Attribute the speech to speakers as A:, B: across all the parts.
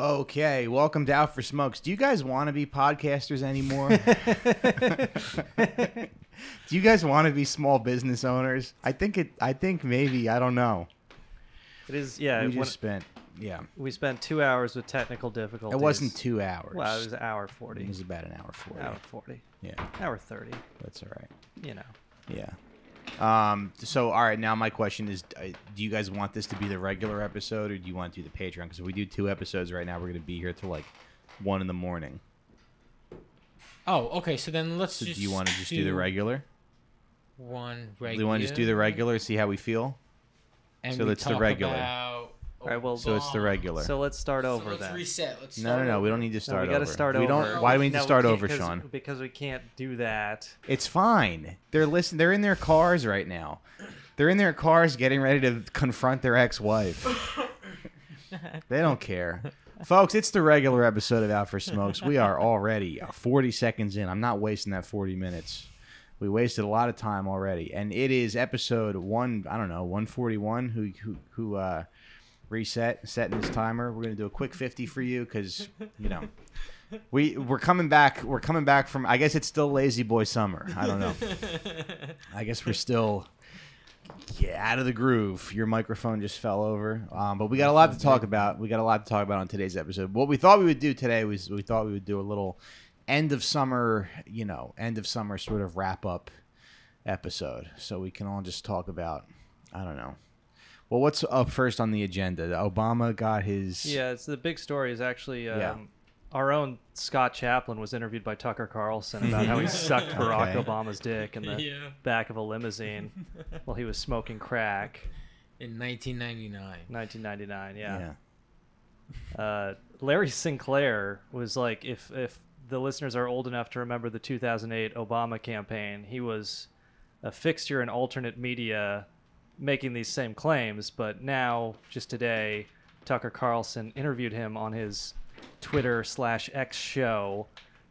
A: Okay, welcome to Out for Smokes. Do you guys want to be podcasters anymore? Do you guys want to be small business owners? I think it. I think maybe. I don't know.
B: It is, yeah.
A: we
B: Uh, when-
A: just spent. Yeah,
B: we spent two hours with technical difficulties.
A: it wasn't two hours.
B: Well, it was an hour 40.
A: It was about an hour forty.
B: Hour 40.
A: Yeah,
B: Hour 30.
A: that's all right.
B: You know.
A: Yeah. Um. So, all right. Now, my question is: uh, Do you guys want this to be the regular episode, or do you want to do the Patreon? Because if we do two episodes right now, we're going to be here till like one in the morning.
C: Oh, okay. So then let's
A: So,
C: just.
A: do you want to just do, the regular?
C: One
A: Do
C: regular.
A: you want to just do the regular, see how we feel?
C: And
A: so
C: we
A: that's the
C: talk
A: regular.
C: About...
B: All right, well,
A: So it's the
C: Oh.
A: regular.
B: So let's start
C: So
B: over
C: let's
B: then.
C: reset. Let's
A: no, no,
C: start
A: no.
C: over.
A: We don't need to
B: No,
A: start
B: we got to
A: over.
B: start
A: we
B: over.
A: Don't, why do we need
B: No,
A: to start
B: can't-
A: over,
B: 'cause-
A: Sean?
B: Because we can't do that.
A: It's fine. They're listen. They're in their cars right now. They're in their cars getting ready to confront their ex-wife. they don't care, folks. It's the regular episode of Out for Smokes. We are already 40 seconds in. I'm not wasting that 40 minutes. We wasted a lot of time already, and it is episode one. I don't know, 141. Who who who? Uh, reset, setting this timer. We're gonna do a quick 50 for you because you know. We we're coming back. We're coming back from. I guess it's still lazy boy summer. I don't know. I guess we're still yeah out of the groove. Your microphone just fell over. Um, but we got a lot to talk about. We got a lot to talk about on today's episode. What we thought we would do today was we thought we would do a little end of summer, you know, end of summer sort of wrap up episode, so we can all just talk about. I don't know. Well, what's up first on the agenda? Obama got his.
B: Yeah, it's the big story is actually um,
A: Yeah.
B: our own Scott Chaplin was interviewed by Tucker Carlson about how he sucked Barack
A: Okay.
B: Obama's dick in the
C: Yeah.
B: back of a limousine while he was smoking crack.
C: In 1999.
B: 1999,
A: Yeah.
B: uh, Larry Sinclair was like, if if the listeners are old enough to remember the 2008 Obama campaign, he was a fixture in alternate media, making these same claims. But now, just today, Tucker Carlson interviewed him on his Twitter slash X show,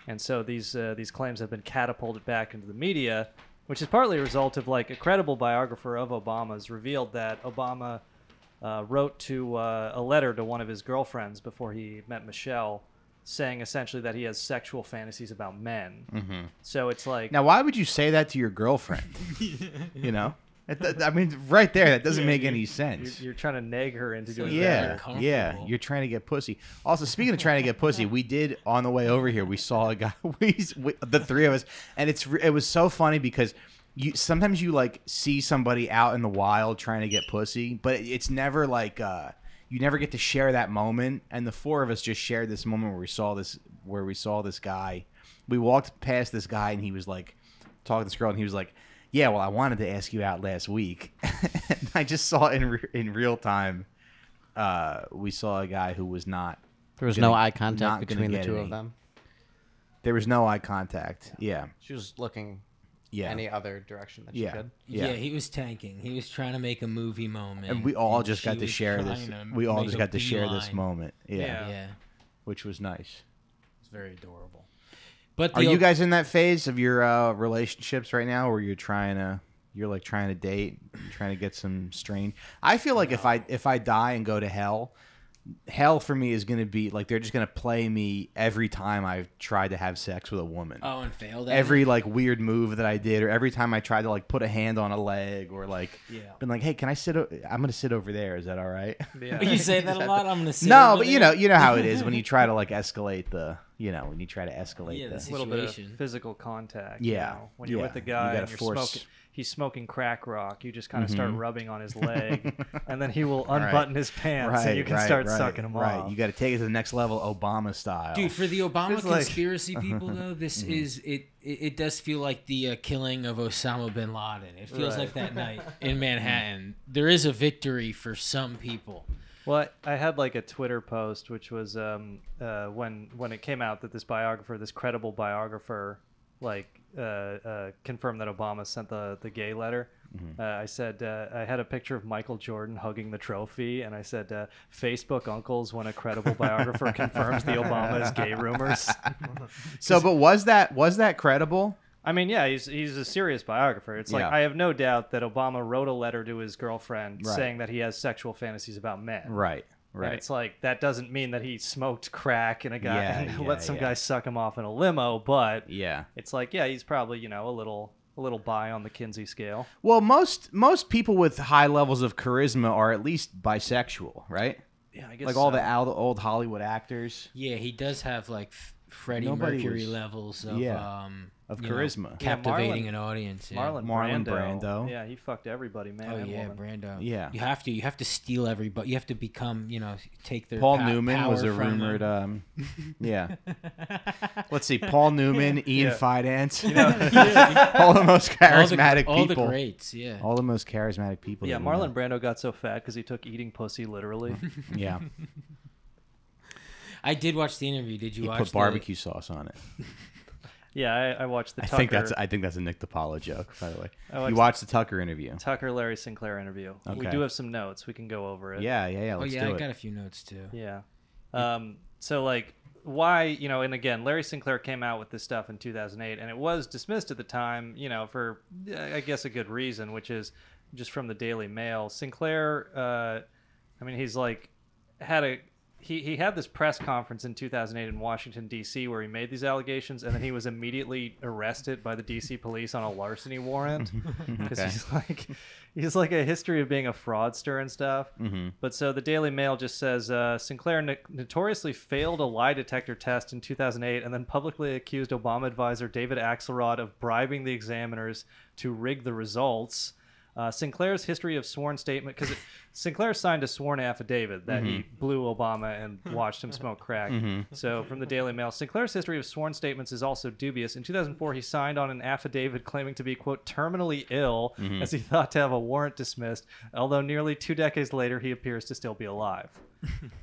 B: and so these uh, these claims have been catapulted back into the media, which is partly a result of like a credible biographer of Obama's revealed that Obama uh, wrote to uh, a letter to one of his girlfriends before he met Michelle, saying essentially that he has sexual fantasies about men. Mm-hmm. So it's like
A: Now, why would you say that to your girlfriend? you know, That- that- I mean, right there, that doesn't make any
B: you're,
A: sense.
B: you're trying to nag her into doing
A: yeah,
C: Very
A: yeah,
C: comfortable.
A: you're trying to get pussy. Also, speaking of trying to get pussy, we did on the way over here. We saw a guy. We, we the three of us, and it's re- it was so funny because you sometimes you like see somebody out in the wild trying to get pussy, but it's never like uh you never get to share that moment. And the four of us just shared this moment where we saw this where we saw this guy. We walked past this guy, and he was like talking to this girl, and he was like, "Yeah, well, I wanted to ask you out last week." and I just saw in re- in real time. Uh, we saw a guy who was not.
D: There was
A: gonna-
D: no eye
A: not
D: contact
A: gonna
D: between the
A: get
D: two
A: any.
D: of them.
A: There was no eye contact. Yeah,
D: She was looking
A: yeah,
D: any other direction that she
A: yeah,
D: could.
C: Yeah.
A: yeah.
C: he was tanking. He was trying to make a movie moment.
A: and we all just
C: she
A: got to
C: was
A: share
C: trying
A: this.
C: to
A: We all
C: make
A: just
C: a
A: got to share this
C: beeline.
A: moment. yeah.
B: Yeah.
C: Yeah.
A: which was nice.
C: It's very adorable. But
A: Are
C: the
A: you
C: Ob-
A: guys in that phase of your uh, relationships right now, where you're trying to, you're like trying to date, trying to get some strange? I feel like if I if I die and go to hell, hell for me is gonna be like they're just gonna play me every time I've tried to have sex with a woman.
C: Oh, and failed. at
A: Every like weird move that I did, or every time I tried to like put a hand on a leg, or like
C: Yeah.
A: been like, hey, can I sit? O- I'm gonna sit over there. Is that all right?
B: Yeah.
C: it? You say that a lot. I'm gonna say.
A: no, but you know, you know how it is when you try to like escalate the, you know, when you try to escalate
C: Yeah,
A: the.
C: this
B: a little bit of
C: situation.
B: physical contact.
A: Yeah,
B: You know? When you're
A: yeah,
B: with a
A: you
B: guy
A: gotta
B: and you're
A: force- Mm-hmm.
B: smoking, he's smoking crack rock. You just kind of start rubbing on his leg, and then he will unbutton his pants, and you can start sucking him
A: right.
B: off.
A: You got to take it to the next level, Obama style.
C: Dude, for the Obama
A: It's like- Mm-hmm.
C: conspiracy people though, this is it, it. It does feel like the uh, killing of Osama bin Laden. It feels
B: Right.
C: like that night in Manhattan. There is a victory for some people.
B: Well, I I had like a Twitter post, which was um, uh, when when it came out that this biographer, this credible biographer, like uh, uh, confirmed that Obama sent the the gay letter.
A: Mm-hmm.
B: Uh, I said uh, I had a picture of Michael Jordan hugging the trophy, and I said, uh, "Facebook uncles when a credible biographer confirms the Obama is gay rumors."
A: so, but was that was that credible?
B: I mean, yeah, he's he's a serious biographer. It's like
A: Yeah.
B: I have no doubt that Obama wrote a letter to his girlfriend
A: Right.
B: saying that he has sexual fantasies about men.
A: Right. Right.
B: And it's like that doesn't mean that he smoked crack and a guy
A: Yeah,
B: and
A: yeah,
B: let some
A: yeah.
B: guy suck him off in a limo, but
A: yeah.
B: it's like yeah, he's probably you know a little a little bi on the Kinsey scale.
A: Well, most most people with high levels of charisma are at least bisexual, right?
B: Yeah, I guess
A: like all
B: so.
A: the al- old Hollywood actors
C: Yeah, he does have like F- Freddie
A: Nobody
C: Mercury
A: was-
C: levels of
A: yeah,
C: um
A: of
C: you know,
A: charisma.
B: Yeah,
C: captivating
B: Marlon-
C: an audience. Yeah.
B: Marlon,
A: Marlon
B: Brando.
A: Brando.
B: Yeah, he fucked everybody, man.
C: Oh
B: and
C: yeah,
B: woman.
C: Brando.
A: Yeah.
C: you have to. You have to steal everybody. You have to become. You know, take their
A: Paul
C: pow-
A: Newman was
C: power
A: a
C: from them.
A: rumored, um, yeah. Let's see, Paul Newman, Ian
B: Yeah.
A: Fidance,
B: Yeah.
A: all the most
C: All the-
A: uh, charismatic
C: all the
A: people,
C: greats. Yeah.
A: all the most charismatic people.
B: yeah,
A: that we know.
B: Marlon Brando got so fat because he took eating pussy literally.
A: Yeah,
C: I did watch the interview. Did you
A: he
C: watch?
A: put
C: the-
A: barbecue sauce on it.
B: yeah, I, I watched the
A: I
B: Tucker,
A: think that's I think that's a Nick DiPaolo joke, by the way.
B: I watched-
A: you watched the Tucker interview.
B: Tucker Larry Sinclair interview. We
A: Okay.
B: do have some notes. We can go over it.
A: Yeah, yeah, yeah.
C: Oh
A: Let's
C: yeah, I
A: do it.
C: got a few notes too.
B: Yeah. Um, so like why, you know, and again, Larry Sinclair came out with this stuff in 2008 and it was dismissed at the time, you know, for uh, I guess a good reason, which is just from the Daily Mail. Sinclair uh I mean, he's like had a he, he had this press conference in 2008 in Washington D.C. where he made these allegations, and then he was immediately arrested by the D.C. police on a larceny warrant because
A: Okay.
B: he's like he's like a history of being a fraudster and stuff.
A: Mhm.
B: But so the Daily Mail just says uh, Sinclair no- notoriously failed a lie detector test in 2008 and then publicly accused Obama advisor David Axelrod of bribing the examiners to rig the results. Uh, Sinclair's history of sworn statement because Sinclair signed a sworn affidavit that he blew Obama and watched him smoke crack. So from the Daily Mail, Sinclair's history of sworn statements is also dubious. In 2004, he signed on an affidavit claiming to be quote terminally ill as he thought to have a warrant dismissed. Although nearly two decades later, he appears to still be alive.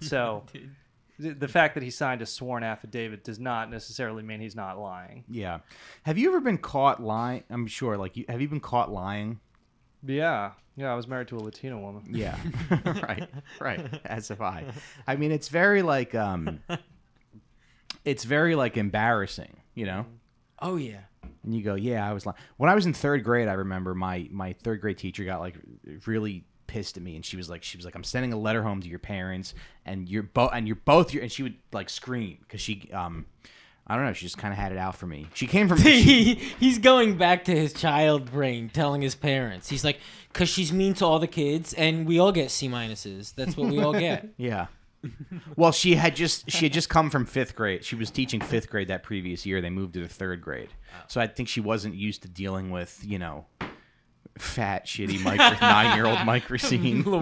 B: So. th- The fact that he signed a sworn affidavit does not necessarily mean he's not lying.
A: Yeah. Have you ever been caught lying? I'm sure. Like, you, have you been caught lying?
B: Yeah, yeah. I was married to a Latina woman.
A: Yeah. right. Right. As have I. I mean, it's very like, um, it's very like embarrassing, you know?
C: Oh yeah.
A: And you go, yeah, I was lying. When I was in third grade, I remember my, my third grade teacher got like really pissed at me and she was like she was like i'm sending a letter home to your parents and you're both and you're both your and she would like scream because she um i don't know she just kind of had it out for me she came from she-
C: he, he's going back to his child brain, telling his parents. He's like, "Cause she's mean to all the kids, and we all get C minuses. That's what we all get."
A: Yeah. Well, she had just she had just come from fifth grade. She was teaching fifth grade that previous year. They moved to the third grade, so I think she wasn't used to dealing with you know, fat shitty micro, nine year old microscene.
C: Little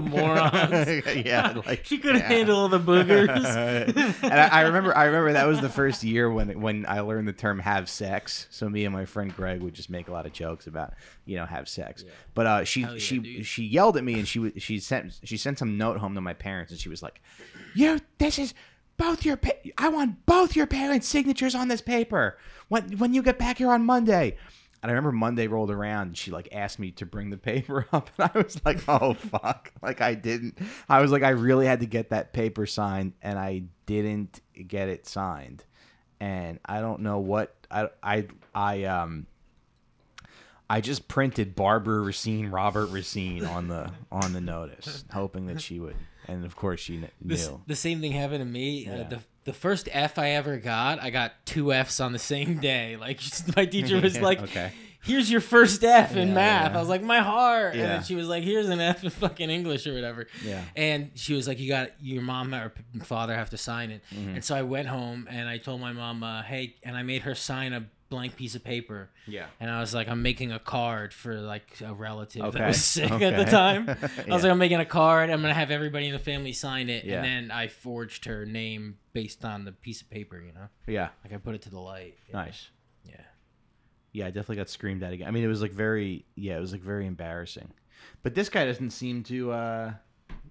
C: morons.
A: yeah, like
C: She couldn't
A: yeah.
C: handle the boogers.
A: and I, I remember, I remember that was the first year when when I learned the term "have sex." So me and my friend Greg would just make a lot of jokes about, you know, have sex. But uh, she
C: yeah,
A: she
C: dude.
A: she yelled at me, and she wa- she sent she sent some note home to my parents, and she was like, "You, this is both your. Pa- I want both your parents' signatures on this paper when when you get back here on Monday." And I remember Monday rolled around and she like asked me to bring the paper up and I was like, "Oh fuck." Like I didn't. I was like I really had to get that paper signed and I didn't get it signed. And I don't know what I I I um I just printed Barbara Racine, Robert Racine on the on the notice, hoping that she would. And of course she kn-
C: This-
A: knew.
C: the same thing happened to me. Uh,
A: Yeah.
C: the the first F I ever got, I got two Fs on the same day. Like just- my teacher was
A: Yeah,
C: like,
A: okay.
C: "Here's your first F in
A: Yeah,
C: math."
A: yeah.
C: I was like, "My heart," and
A: Yeah.
C: then she was like, "Here's an F in fucking English or whatever."
A: Yeah.
C: And she was like, "You got your mom or p- father have to sign it."
A: Mm-hmm.
C: And so I went home and I told my mom, uh, "Hey," and I made her sign a blank piece of paper.
A: Yeah.
C: And I was like, I'm making a card for like a relative
A: Okay.
C: that was sick at the
A: Okay.
C: time. I
A: Yeah.
C: was like, I'm making a card. I'm gonna have everybody in the family sign it,
A: Yeah.
C: and then I forged her name based on the piece of paper. You know,
A: Yeah.
C: like I put it to the light.
A: Nice.
C: Yeah.
A: Yeah, I definitely got screamed at again. I mean, it was like very, yeah, it was like very embarrassing. But this guy doesn't seem to uh,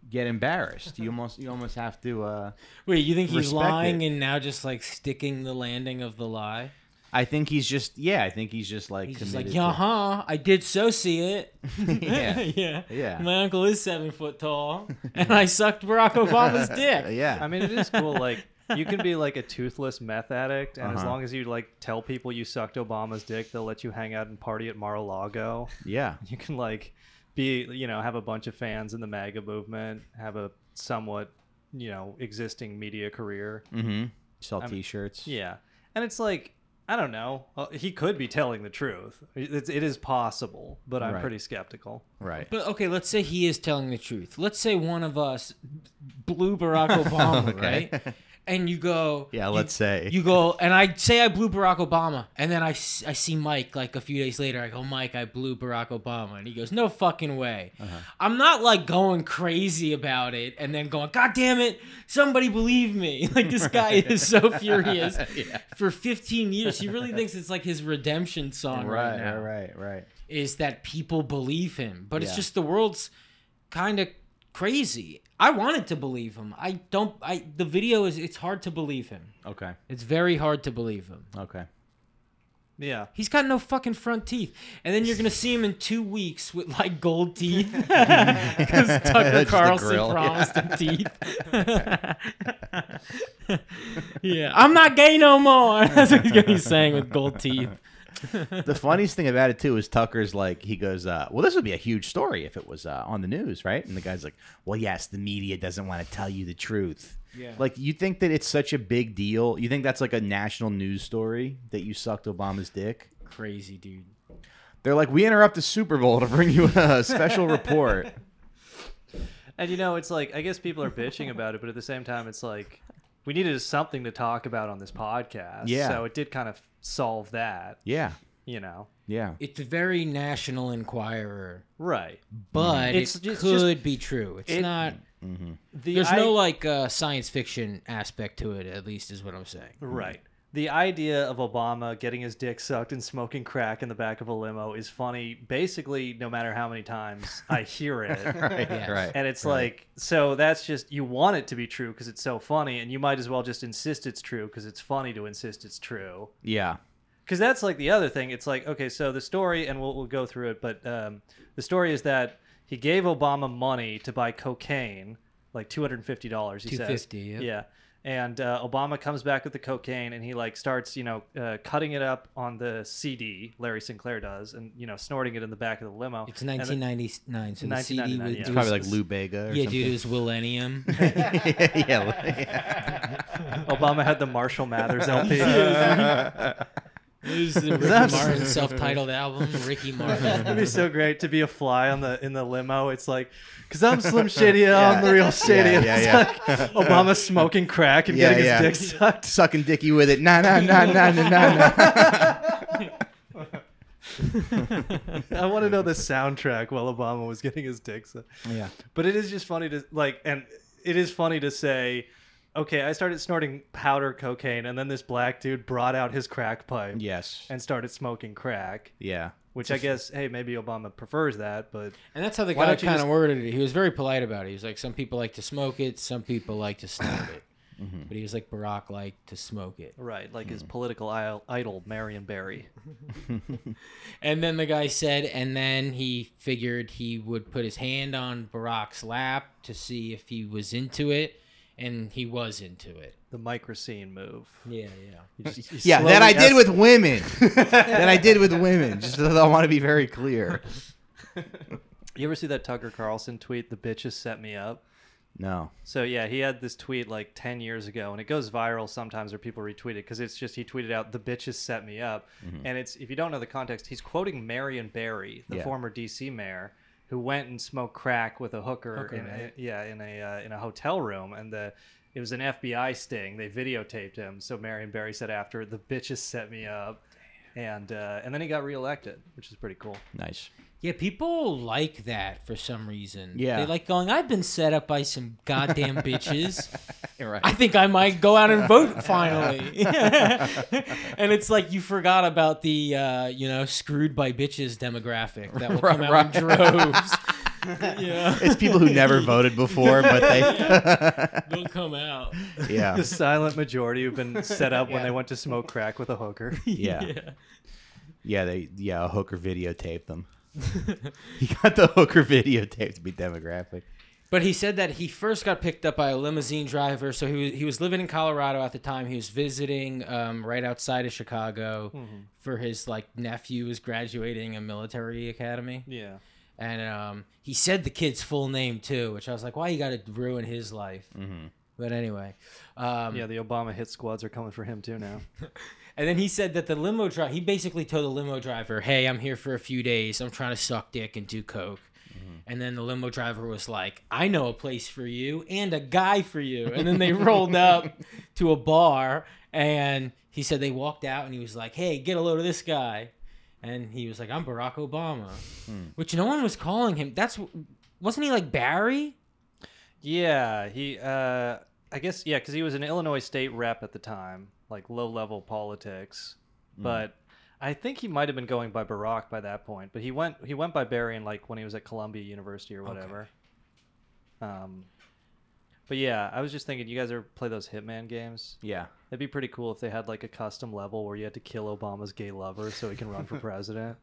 A: get embarrassed. You almost, you almost have to. Uh,
C: Wait, you think he's
A: Respect
C: lying
A: it.
C: and now just like sticking the landing of the lie?
A: I think he's just, yeah, I think he's just like
C: He's just
A: committed.
C: like,
A: to-
C: yeah, huh? I did so see it.
A: Yeah.
C: yeah.
A: Yeah.
C: My uncle is seven foot tall, and I sucked Barack Obama's dick.
A: yeah,
B: I mean, it is cool. Like, you can be like a toothless meth addict, and as
A: Uh-huh.
B: long as you like tell people you sucked Obama's dick, they'll let you hang out and party at Mar-a-Lago.
A: yeah,
B: You can like be, you know, have a bunch of fans in the MAGA movement, have a somewhat you know existing media career.
A: Mm-hmm. Sell
B: I'm-
A: T-shirts.
B: Yeah, and it's like I don't know. Uh, He could be telling the truth. It's, it is possible, but I'm
A: Right.
B: pretty skeptical.
A: Right.
C: But okay, let's say he is telling the truth. Let's say one of us blew Barack Obama,
A: Okay.
C: right? And you go,
A: Yeah,
C: you-
A: let's say.
C: you go, and I say I blew Barack Obama, and then I, s- I see Mike like a few days later. I go, Mike, I blew Barack Obama, and he goes, No fucking way.
A: Uh-huh.
C: I'm not like going crazy about it, and then going, God damn it, somebody believe me. Like this guy is so furious for 15 years. He really thinks it's like his redemption song right, now
A: right, right.
C: is that people believe him, but it's
A: Yeah.
C: just the world's kind of crazy. I wanted to believe him. I don't. I the video is. It's hard to believe him.
A: Okay,
C: It's very hard to believe him.
A: okay.
B: Yeah,
C: He's got no fucking front teeth, and then you're gonna see him in two weeks with like gold teeth because Tucker
A: Just the
C: Carlson
A: grill.
C: promised him teeth. yeah, I'm not gay no more. That's what he's gonna be saying with gold teeth.
A: The funniest thing about it too is Tucker's like he goes, uh, "Well, this would be a huge story if it was uh, on the news, right?" And the guy's like, "Well, yes, the media doesn't want to tell you the truth."
C: Yeah.
A: Like you think that it's such a big deal? You think that's like a national news story that you sucked Obama's dick?
C: Crazy dude.
A: They're like, "We interrupt the Super Bowl to bring you a special report."
B: and you know, it's like I guess people are bitching about it, but at the same time, it's like we needed something to talk about on this podcast.
A: Yeah.
B: so it did kind of solve that.
A: Yeah,
B: You know,
A: yeah.
C: It's very National Enquirer
B: right?
C: but
B: It's
C: it
B: ju- it's
C: could be true. It's
B: it-
C: not.
B: The
C: There's
B: I-
C: no like uh, science fiction aspect to it. At least is what I'm saying.
B: Right. The idea of Obama getting his dick sucked and smoking crack in the back of a limo is funny basically no matter how many times I hear it.
A: Right,
C: Yes.
A: right.
B: And it's like, so that's just, you want it to be true because it's so funny, and you might as well just insist it's true because it's funny to insist it's true.
A: yeah,
B: Because that's like the other thing. It's like, okay, so the story, and we'll, we'll go through it, but um, the story is that he gave Obama money to buy cocaine, like $250, he says.
C: $250, yep.
B: Yeah. And uh, Obama comes back with the cocaine and he like starts, you know, uh, cutting it up on the CD, Larry Sinclair does, and, you know, snorting it in the back of the limo.
C: It's
B: And then-
C: 1999, so the CD
B: 1999,
C: was
B: yeah.
C: it
B: It's
A: it's probably like
C: was-
A: Lou Bega. Or
C: Yeah,
A: something.
C: dude, it was Millennium.
A: yeah, like-
B: Obama had the Marshall Mathers LP.
C: it was the Ricky
B: That's-
C: Martin self-titled album, Ricky Martin.
B: It'd be so great to be a fly on the in the limo. It's like, cause I'm Slim Shady, I'm
A: Yeah.
B: the real
A: Yeah,
B: Shady.
A: yeah,
B: it's
A: yeah.
B: like Obama smoking crack and
A: Yeah,
B: getting
A: yeah.
B: his dick sucked.
A: sucking dicky with it. Nah, nah, nah, nah, nah, nah. nah.
B: I want to know the soundtrack while Obama was getting his dick sucked.
A: yeah.
B: But it is just funny to like, and it is funny to say, okay, I started snorting powder cocaine, and then this black dude brought out his crack pipe
A: Yes.
B: and started smoking crack.
A: yeah.
B: Which I guess, hey, maybe Obama prefers that, but
C: And that's how the
B: Why
C: guy
B: don't you
C: kind of
B: just-
C: worded it. He was very polite about it. He was like, some people like to smoke it, some people like to snort it.
B: Mm-hmm.
C: But he was like, Barack liked to smoke it.
B: right, like
A: Hmm.
B: his political idol, idol Marion Barry.
C: And then the guy said, and then he figured he would put his hand on Barack's lap to see if he was into it, and he was into it.
B: the microscene move.
C: Yeah, yeah.
A: Yeah, that I did with women. that I did with women. Just that I want to be very clear.
B: You ever see that Tucker Carlson tweet? The bitches set me up.
A: No.
B: So yeah, he had this tweet like ten years ago, and it goes viral sometimes, or people retweet it because it's just he tweeted out the bitches set me up,
C: Mm-hmm.
B: and it's if you don't know the context, he's quoting Marion Barry, the
A: Yeah.
B: former D.C. mayor, who went and smoked crack with a hooker,
C: Hooker,
B: in
C: right.
B: a, yeah in a uh, in a hotel room, and the it was an FBI sting. They videotaped him, so Marion Barry said after the bitches set me up, and uh, and then he got reelected, which is pretty cool.
A: Nice.
C: Yeah, people like that for some reason.
A: Yeah.
C: They like going, I've been set up by some goddamn bitches.
A: Right.
C: I think I might go out and vote finally. and it's like you forgot about the, uh, you know, screwed by bitches demographic that will come out in droves. yeah.
A: It's people who never voted before, but they.
C: They'll come out.
A: yeah.
B: The silent majority who've been set up when
C: Yeah.
B: they went to smoke crack with a hooker.
A: Yeah. Yeah. They. Yeah. A hooker videotaped them. He got the hooker videotaped to be demographic.
C: But he said that he first got picked up by a limousine driver. So he was, he was living in Colorado at the time. He was visiting um, right outside of Chicago for his like nephew was graduating a military academy,
B: Yeah.
C: and um, he said the kid's full name too, which I was like, why you got to ruin his life? But anyway, um,
B: Yeah, the Obama hit squads are coming for him too now.
C: And then he said that the limo driver, he basically told the limo driver, "Hey, I'm here for a few days. I'm trying to suck dick and do coke." And then the limo driver was like, "I know a place for you and a guy for you." And then they rolled up to a bar, and he said they walked out, and he was like, "Hey, get a load of this guy," and he was like, "I'm Barack Obama," which no one was calling him. That's wasn't he like Barry?
B: Yeah, he. Uh, I guess yeah, because he was an Illinois state rep at the time, like low level politics.
A: Mm-hmm.
B: But I think he might have been going by Barack by that point. But he went he went by Barry in like when he was at Columbia University or whatever. Um, but yeah, I was just thinking, you guys ever play those Hitman games?
A: Yeah.
B: It'd be pretty cool if they had like a custom level where you had to kill Obama's gay lover so he can run for president.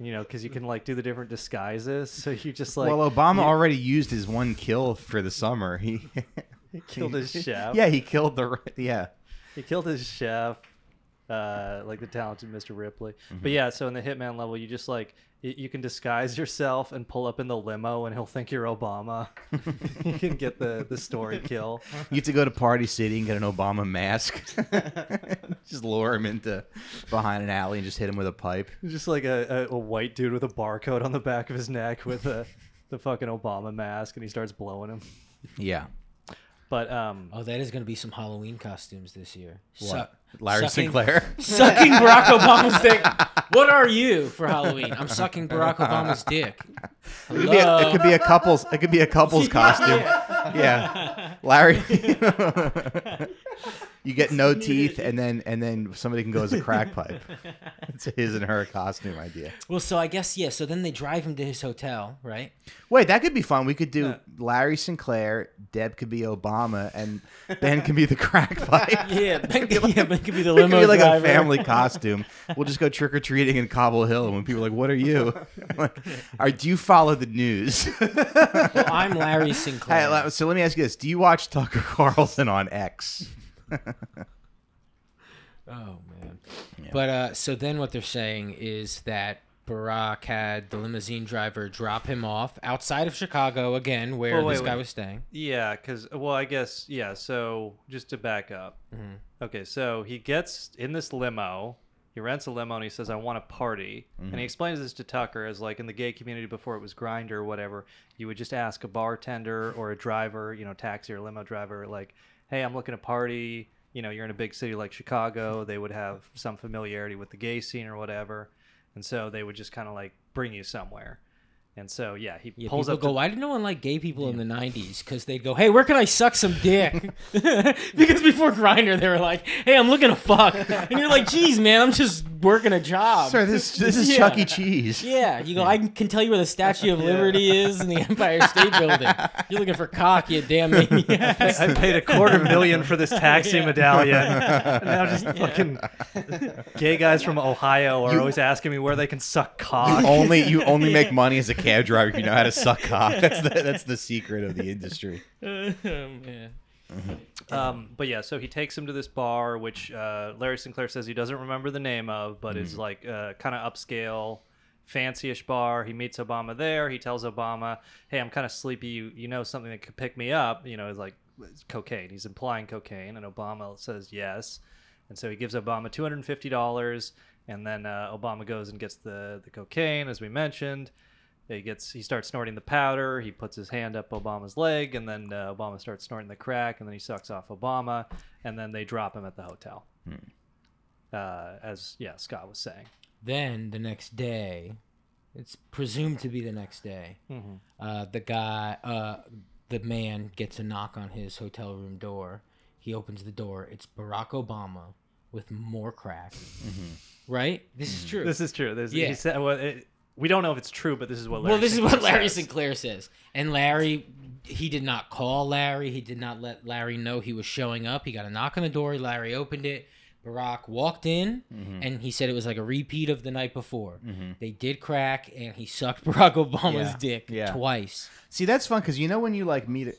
B: You know, because you can like do the different disguises. So you just like
A: well, Obama already used his one kill for the summer. He
B: killed his chef.
A: Yeah, he killed the. Yeah.
B: He killed his chef, uh, like the talented Mr. Ripley. But yeah, so in the Hitman level, you just like y- you can disguise yourself and pull up in the limo, and he'll think you're Obama. you can get the the story kill.
A: You have to go to Party City and get an Obama mask. just lure him into behind an alley and just hit him with a pipe.
B: Just like a, a, a white dude with a barcode on the back of his neck with a the fucking Obama mask, and he starts blowing him.
A: Yeah.
B: But um,
C: Oh, that is going to be some Halloween costumes this year.
A: What? Larry
C: sucking-
A: Sinclair.
C: sucking Barack Obama's dick. What are you for Halloween? I'm sucking Barack Obama's dick.
A: It could, be a, it
C: Hello.
A: could be a couple's. It could be a couple's costume. Yeah, Larry. you get no teeth, and then and then somebody can go as a crack pipe. It's his and her costume idea.
C: Well, so I guess yeah. So then they drive him to his hotel, right?
A: Wait, that could be fun. We could do
B: Yeah.
A: Larry Sinclair. Deb could be Obama, and Ben could be the crack pipe.
C: Yeah, Ben could, yeah, ben could be the
A: It could
C: limo
A: be like
C: driver.
A: a family costume. We'll just go trick or treating in Cobble Hill, and when people are like, "What are you?" I'm like, "All right, do you follow the news?"
C: Well, I'm Larry Sinclair.
A: Hey, let- so let me ask you this: Do you watch Tucker Carlson on X?
C: oh man. But uh, so then what they're saying is that Barack had the limousine driver drop him off outside of Chicago again, where
B: Well, wait,
C: this guy
B: wait.
C: was staying.
B: Yeah, because well, I guess yeah. So just to back up,
C: Mm-hmm.
B: okay. So he gets in this limo. He rents a limo and he says, "I want a party."
C: Mm-hmm.
B: And he explains this to Tucker as like in the gay community before it was Grinder or whatever. You would just ask a bartender or a driver, you know, taxi or limo driver, like, "Hey, I'm looking to party." You know, you're in a big city like Chicago. They would have some familiarity with the gay scene or whatever, and so they would just kind of like bring you somewhere. And so yeah, he
C: Yeah,
B: pulls
C: people
B: up.
C: go,
B: to-
C: why did no one like gay people in the 90s? Because they'd go, hey, where can I suck some dick? because before Grinder, they were like, hey, I'm looking to fuck. And you're like, geez, man, I'm just working a job.
A: Sir, this this is
C: Um, Yeah.
A: Chuck E. Cheese.
C: Yeah, you go, I can tell you where the Statue of Liberty is and the Empire State Building. You're looking for cock, you damn maniacs.
B: I paid a quarter million for this taxi medallion. And now just fucking gay guys from Ohio are always asking me where they can suck
A: You
B: cock.
A: Uh, only you only make money as a cab driver if you know how to suck cock. That's the that's the secret of the industry.
B: Oh,
C: yeah.
B: Um, but yeah, so he takes him to this bar, which uh, Larry Sinclair says he doesn't remember the name of, but is like uh, kind of upscale, fancyish bar. He meets Obama there. He tells Obama, "Hey, I'm kind of sleepy. You, you know something that could pick me up? You know, is like it's cocaine." He's implying cocaine, and Obama says yes. And so he gives Obama two hundred and fifty dollars, and then uh, Obama goes and gets the the cocaine, as we mentioned. He gets he starts snorting the powder. He puts his hand up Obama's leg, and then uh, Obama starts snorting the crack, and then he sucks off Obama, and then they drop him at the hotel.
C: Hmm.
B: Uh, as yeah, Scott was saying.
C: Then the next day, it's presumed to be the next day, uh, the guy, uh, the man gets a knock on his hotel room door. He opens the door. It's Barack Obama with more crack.
A: Mm-hmm.
C: Right? This is true.
B: This is true. This,
C: Yeah.
B: he said, well, it, we don't know if it's true, but this is what. Larry
C: well, this is what
B: Sinclair
C: Larry
B: says.
C: Sinclair says. And Larry, he did not call Larry. He did not let Larry know he was showing up. He got a knock on the door. Larry opened it. Barack walked in,
A: Mm-hmm.
C: and he said it was like a repeat of the night before. They did crack, and he sucked Barack Obama's
A: Yeah.
C: dick
A: Yeah.
C: twice.
A: See, that's fun because you know when you like meet it.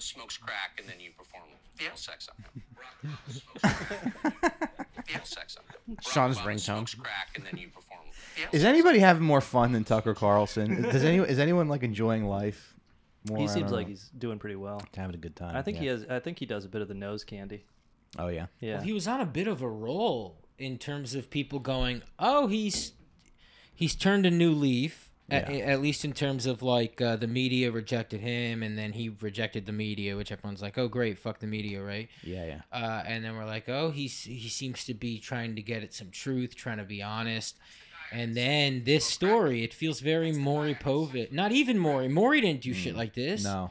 E: smokes crack and then you perform fail sex on him. Barack Obama smokes crack and then you perform fail sex on him. Barack Obama smokes crack and then you perform fail sex on him. Barack
A: Sean's
E: Obama
A: ringtone.
E: smokes crack and then you perform fail
A: Is
E: sex
A: anybody having more fun than Tucker Carlson? Does any is anyone like enjoying life? More, I
B: he seems
A: don't
B: like
A: know.
B: he's doing pretty well.
A: having a good time.
B: I think
A: yeah.
B: he has. I think he does a bit of the nose candy.
A: Oh yeah.
B: Yeah.
C: Well, he was on a bit of a roll in terms of people going, "Oh, he's he's turned a new leaf." At,
A: Yeah.
C: at least in terms of like uh, the media rejected him, and then he rejected the media, which everyone's like, "Oh, great, fuck the media, right?"
A: Yeah, yeah.
C: Uh, and then we're like, "Oh, he's he seems to be trying to get at some truth, trying to be honest." And then this story, it feels very Maury Povich. Not even Maury. Maury didn't do shit like this.
A: Hmm. No.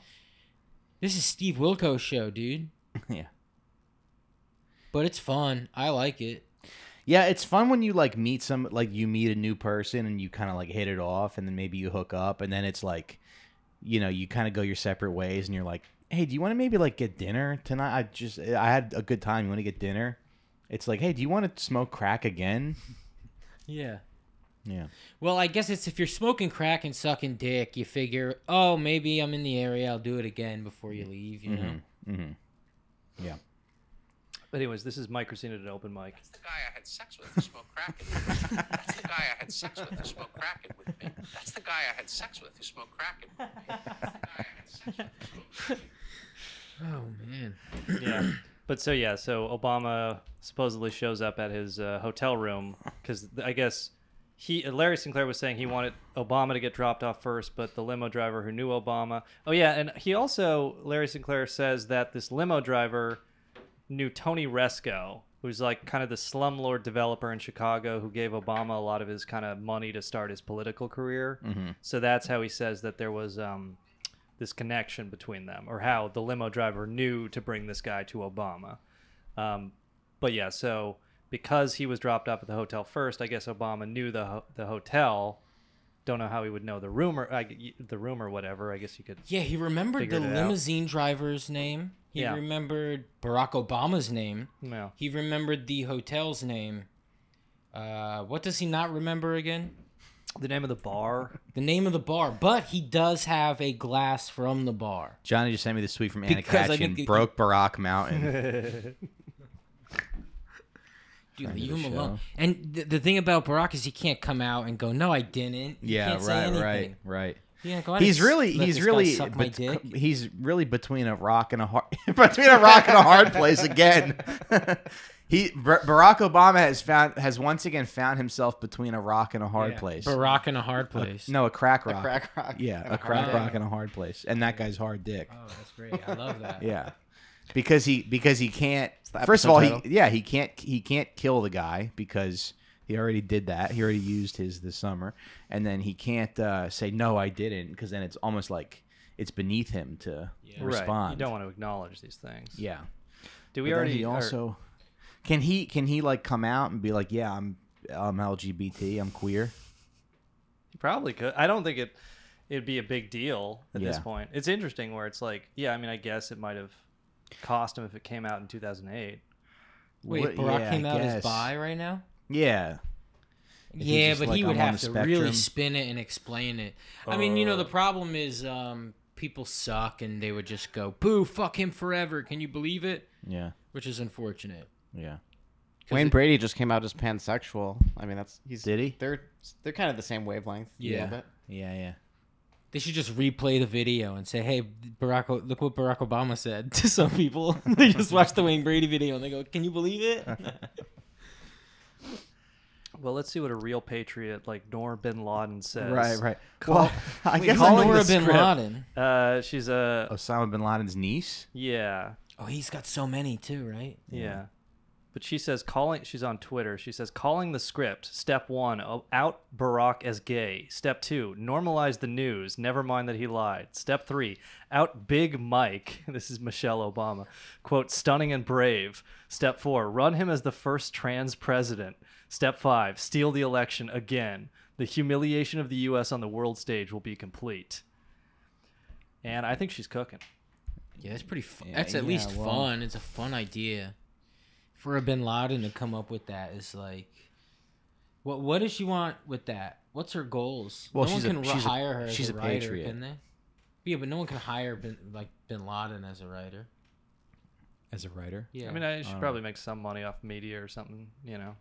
C: This is Steve Wilko's show, dude.
A: Yeah.
C: But it's fun. I like it.
A: Yeah, it's fun when you like meet some like you meet a new person and you kind of like hit it off and then maybe you hook up and then it's like you know, you kind of go your separate ways and you're like, "Hey, do you want to maybe like get dinner tonight? I just eh, I had a good time. You want to get dinner?" It's like, "Hey, do you want to smoke crack again?"
C: Yeah.
A: Yeah.
C: Well, I guess it's if you're smoking crack and sucking dick, you figure, oh, maybe I'm in the area. I'll do it again before you leave. You know.
B: Mm-hmm.
A: Mhm.
B: But anyways, this is Mike Christina at an open mic.
E: That's the guy I had sex with who smoked crack in with me. That's the guy I had sex with who smoked crack in with me. That's the guy I had sex with who smoked crack in with me. That's the guy I had sex with who smoked crack in with me.
C: Oh man.
B: yeah. But so yeah, so Obama supposedly shows up at his uh, hotel room because I guess he uh, Larry Sinclair was saying he wanted Obama to get dropped off first, but the limo driver who knew Obama. Oh yeah, and he also Larry Sinclair says that this limo driver knew Tony Resco, who's like kind of the slumlord developer in Chicago who gave Obama a lot of his kind of money to start his political career. So that's how he says that there was um, this connection between them, or how the limo driver knew to bring this guy to Obama. Um, but yeah, so because he was dropped off at the hotel first, I guess Obama knew the ho- the hotel. Don't know how he would know the room or I g the room or whatever. I guess you could.
C: Yeah, he remembered
B: Figured
C: the
B: it out.
C: limousine driver's name. He
B: Yeah.
C: remembered Barack Obama's name.
B: No.
C: He remembered the hotel's name. Uh, what does he not remember again?
B: The name of the bar.
C: The name of the bar, but he does have a glass from the bar.
A: Johnny just sent me this tweet from Anna
C: Because I
A: Katchin,
C: think-
A: broke Barack Mountain.
C: Dude,
A: Friend of
C: leave
A: the
C: him
A: show.
C: alone. And th- the thing about Barack is he can't come out and go, "No, I didn't." He
A: yeah,
C: can't say
A: right, right,
C: anything.
A: right.
C: He can't go, "I
A: He's
C: didn't s-
A: really,
C: let
A: he's
C: this guy
A: really,
C: suck my
A: bet-
C: dick."
A: he's really between a rock and a hard, between a rock and a hard place again. he Bar- Barack Obama has found has once again found himself between a rock and a hard
C: Yeah.
A: place.
C: Barack in a hard place.
A: no, a crack rock.
D: A crack rock.
A: Uh, yeah,
D: and
A: a crack
D: hard
A: rock
D: rock.
A: and a hard place, and that guy's hard dick.
C: Oh, that's great. I love that.
A: Yeah, because he because he can't.
D: the
A: First of all,
D: episode
A: he
D: title.
A: yeah he can't he can't kill the guy because he already did that. He already used his this summer, and then he can't uh, say no, I didn't, because then it's almost like it's beneath him to
B: Right.
A: respond.
B: You don't want to acknowledge these things.
A: yeah,
B: Do
A: we
B: we already?
A: he
B: or-
A: also can he can he like come out and be like, yeah, I'm I'm LGBT, I'm queer.
B: He probably could. I don't think it it'd be a big deal at this
A: Yeah.
B: point. It's interesting where it's like, yeah, I mean, I guess it might have cost him if it came out in 2008.
C: Wait,
A: What-
C: Barack
A: yeah, I
C: came out as
A: guess.
C: bi right now?
A: Yeah, he's
C: yeah,
A: just
C: but
A: like,
C: he
A: "I'm
C: would
A: on
C: have
A: the
C: to really
A: spectrum." Oh.
C: spin it and explain it. I mean, you know, the problem is um, people suck and they would just go, boo, fuck him forever. Can you believe it?
A: yeah,
C: Which is unfortunate.
A: yeah.
D: Wayne Brady just came out as pansexual. I mean, that's he's
A: Did he?
D: They're they're kind of the same wavelength. a
C: Yeah.
D: little bit.
A: Yeah, yeah.
C: They should just replay the video and say, hey, Barack, O- look what Barack Obama said to some people. they just watch the Wayne Brady video and they go, can you believe it?
B: Well, let's see what a real patriot like Nor bin Laden says.
A: Right, right.
B: Call-
A: Well, I guess I
C: Call
A: know
C: Nora
A: the
C: bin
A: script.
C: Laden.
B: Uh, she's a
A: Osama bin Laden's niece.
B: yeah,
C: Oh, he's got so many too, right?
B: yeah. But she says calling. She's on Twitter. She says calling the script. Step one: o- out Barack as gay. Step two: normalize the news. Never mind that he lied. Step three: out Big Mike. This is Michelle Obama. Quote: stunning and brave. Step four: run him as the first trans president. Step five: steal the election again. The humiliation of the U.S. on the world stage will be complete. And I think she's cooking.
C: Yeah, that's pretty. Fu-
A: Yeah,
C: that's at
A: yeah,
C: least
A: well-
C: fun. It's a fun idea. For a Bin Laden to come up with that is like, what? What does she want with that? What's her goals?
A: Well,
C: no
A: she's a-
C: one can ri-
A: she's a-
C: hire her.
A: she's
C: as a,
A: a
C: writer,
A: patriot.
C: can they? Yeah, but no one can hire bin, like Bin Laden as a writer.
A: As a writer.
C: Yeah,
B: I mean, I should
A: Um,
B: probably make some money off media or something. You know,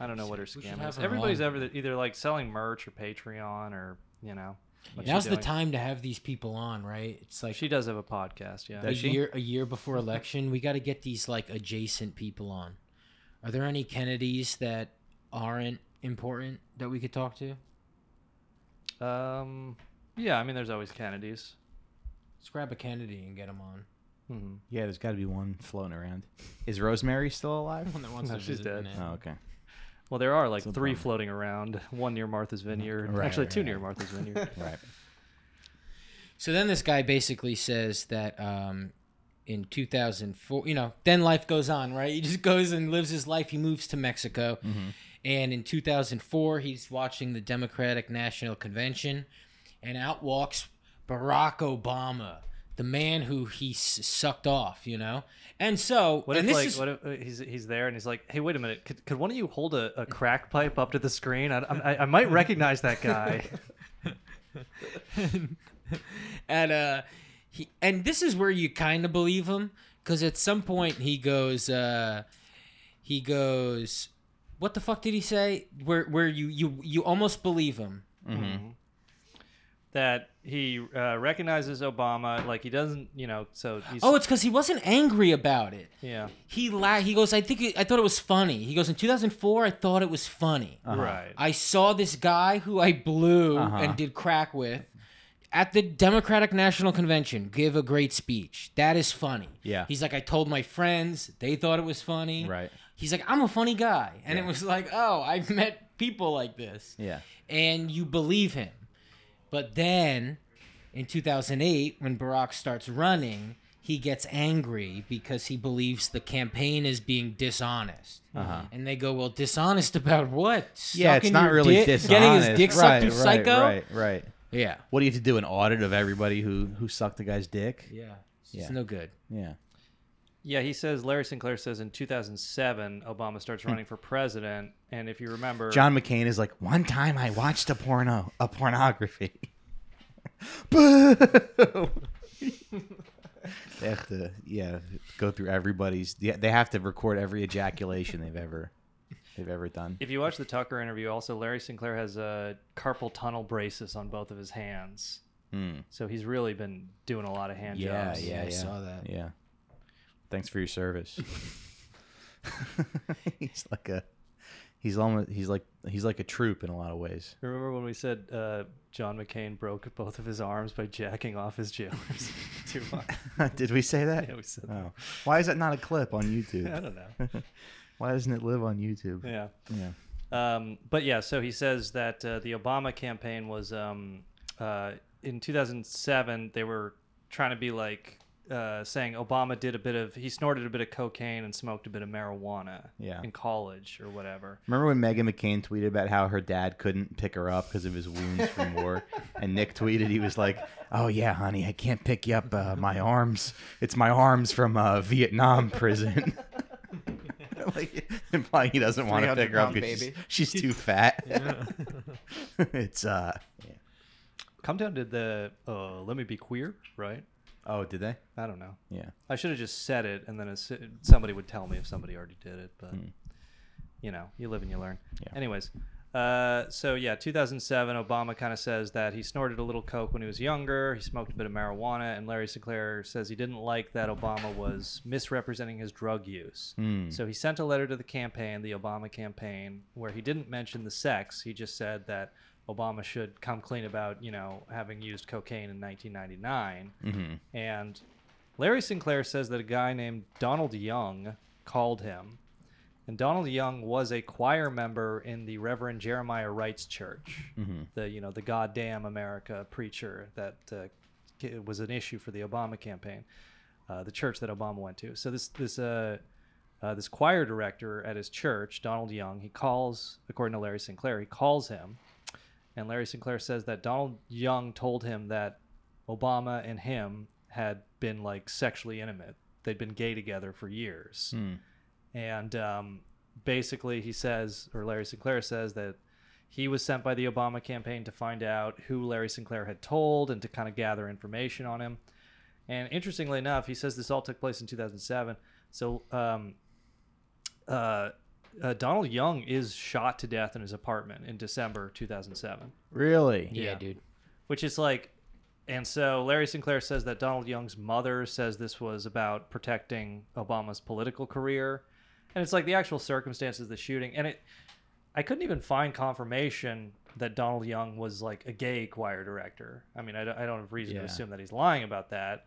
B: I don't know what her
C: sick. We should
B: scam
C: have
B: is.
C: her
B: Everybody's
C: on.
B: ever either like selling merch or Patreon or you know. What's she
C: Now's the
B: doing?
C: time to have these people on, right? It's like
B: She does have a podcast, yeah.
A: Does
C: a
A: she?
C: year a year before election. We got to get these like adjacent people on. Are there any Kennedys that aren't important that we could talk to?
B: Um, yeah, I mean, there's always Kennedys.
C: Let's grab a Kennedy and get him on.
B: hmm
A: Yeah, there's got to be one floating around. Is Rosemary still alive?
C: One that wants
B: No,
C: to
B: she's
C: visit.
B: dead.
C: yeah.
A: Oh, okay.
B: Well, there are like
A: It's a
B: three
A: bummer.
B: floating around. One near Martha's Vineyard.
A: Right,
B: Actually,
A: right,
B: two
A: right.
B: near Martha's Vineyard.
A: Right.
C: So then this guy basically says that um, in 2004, you know, then life goes on, right? He just goes and lives his life. He moves to Mexico.
B: Mm-hmm.
C: And in 2004, he's watching the Democratic National Convention, and out walks Barack Obama, the man who he s- sucked off, you know? And so,
B: What if
C: and this
B: like
C: is,
B: what if uh, he's he's there and he's like, hey, wait a minute, could, could one of you hold a, a crack pipe up to the screen? I, I, I might recognize that guy.
C: and uh he and this is where you kind of believe him because at some point he goes uh he goes what the fuck did he say where where you you you almost believe him
B: that he uh, recognizes Obama, like he doesn't, you know. So he's
C: oh it's because he wasn't angry about it
B: yeah,
C: he la- he goes i think it, i thought it was funny he goes in 2004 i thought it was funny
A: uh,
B: right.
C: i saw this guy who i blew
A: Uh-huh.
C: and did crack with at the democratic national convention give a great speech that is funny
A: Yeah.
C: he's like i told my friends they thought it was funny
A: Right.
C: he's like i'm a funny guy and it was like oh i've met people like this
A: Yeah.
C: and you believe him but then in 2008 when barack starts running he gets angry because he believes the campaign is being dishonest
A: Uh-huh.
C: and they go well dishonest about what
A: Yeah, it's
C: Sucking
A: not
C: your
A: really
C: dick-
A: dishonest.
C: getting his dick sucked
A: right,
C: through
A: right,
C: psycho
A: Right, right.
C: yeah
A: What do you have to do? An audit of everybody who who sucked the guy's dick?
C: yeah it's
A: Yeah.
C: just no good
A: Yeah.
B: Yeah, he says Larry Sinclair says in 2007 Obama starts running for president, and if you remember,
A: Hmm. John McCain is like, one time I watched a porno, a pornography. Boo! they have to, yeah, go through everybody's. Yeah, they have to record every ejaculation they've ever, they've ever done.
B: if you watch the Tucker interview, also Larry Sinclair has a carpal tunnel braces on both of his hands,
A: Hmm.
B: so he's really been doing a lot of hand
A: Yeah,
B: jobs.
A: yeah,
C: Yeah, I
A: yeah.
C: saw that.
A: Yeah. Thanks for your service. he's like a, he's almost, he's like, he's like a troop in a lot of ways.
B: Remember when we said uh, John McCain broke both of his arms by jacking off his jailers too much?
A: Did we say that?
B: Yeah, we said that.
A: Oh, why is that not a clip on YouTube?
B: I don't know.
A: Why doesn't it live on YouTube?
B: Yeah.
A: Yeah.
B: Um, but yeah, so he says that uh, the Obama campaign was um, uh, in 2007. They were trying to be like uh, saying Obama did a bit of he snorted a bit of cocaine and smoked a bit of marijuana
A: Yeah.
B: in college or whatever.
A: Remember when Megan McCain tweeted about how her dad couldn't pick her up because of his wounds from war? And Nick tweeted, he was like, Oh, yeah, honey, I can't pick you up. Uh, my arms. It's my arms from uh, Vietnam prison. like, implying he doesn't want to pick her up
D: 300 pound
A: because she's,
D: baby.
A: she's too fat. it's, uh,
B: Come down to the uh, let me be queer, right?
A: oh, did they?
B: I don't know.
A: Yeah.
B: I should have just said it, and then as- somebody would tell me if somebody already did it. But
A: Hmm.
B: you know, you live and you learn.
A: Yeah.
B: Anyways, uh, so yeah, 2007, Obama kind of says that he snorted a little coke when he was younger. He smoked a bit of marijuana, and Larry Sinclair says he didn't like that Obama was misrepresenting his drug use. So he sent a letter to the campaign, the Obama campaign, where he didn't mention the sex. He just said that. Obama should come clean about, you know, having used cocaine in 1999. And Larry Sinclair says that a guy named Donald Young called him, and Donald Young was a choir member in the Reverend Jeremiah Wright's church, the you know the goddamn America preacher that uh, ca- was an issue for the Obama campaign, uh, the church that Obama went to. So this this uh, uh, this choir director at his church, Donald Young, he calls according to Larry Sinclair, he calls him, and Larry Sinclair says that Donald Young told him that Obama and him had been like sexually intimate. They'd been gay together for years. And um, basically, he says, or Larry Sinclair says, that he was sent by the Obama campaign to find out who Larry Sinclair had told and to kind of gather information on him. And interestingly enough, he says this all took place in 2007. So um, uh, uh, Donald Young is shot to death in his apartment in December 2007.
A: Really?
C: yeah,
B: Yeah.
C: dude
B: which is like, and so Larry Sinclair says that Donald Young's mother says this was about protecting Obama's political career, and it's like the actual circumstances of the shooting, and it, I couldn't even find confirmation that Donald Young was like a gay choir director. I mean, I don't, I don't have reason
A: Yeah.
B: to assume that he's lying about that,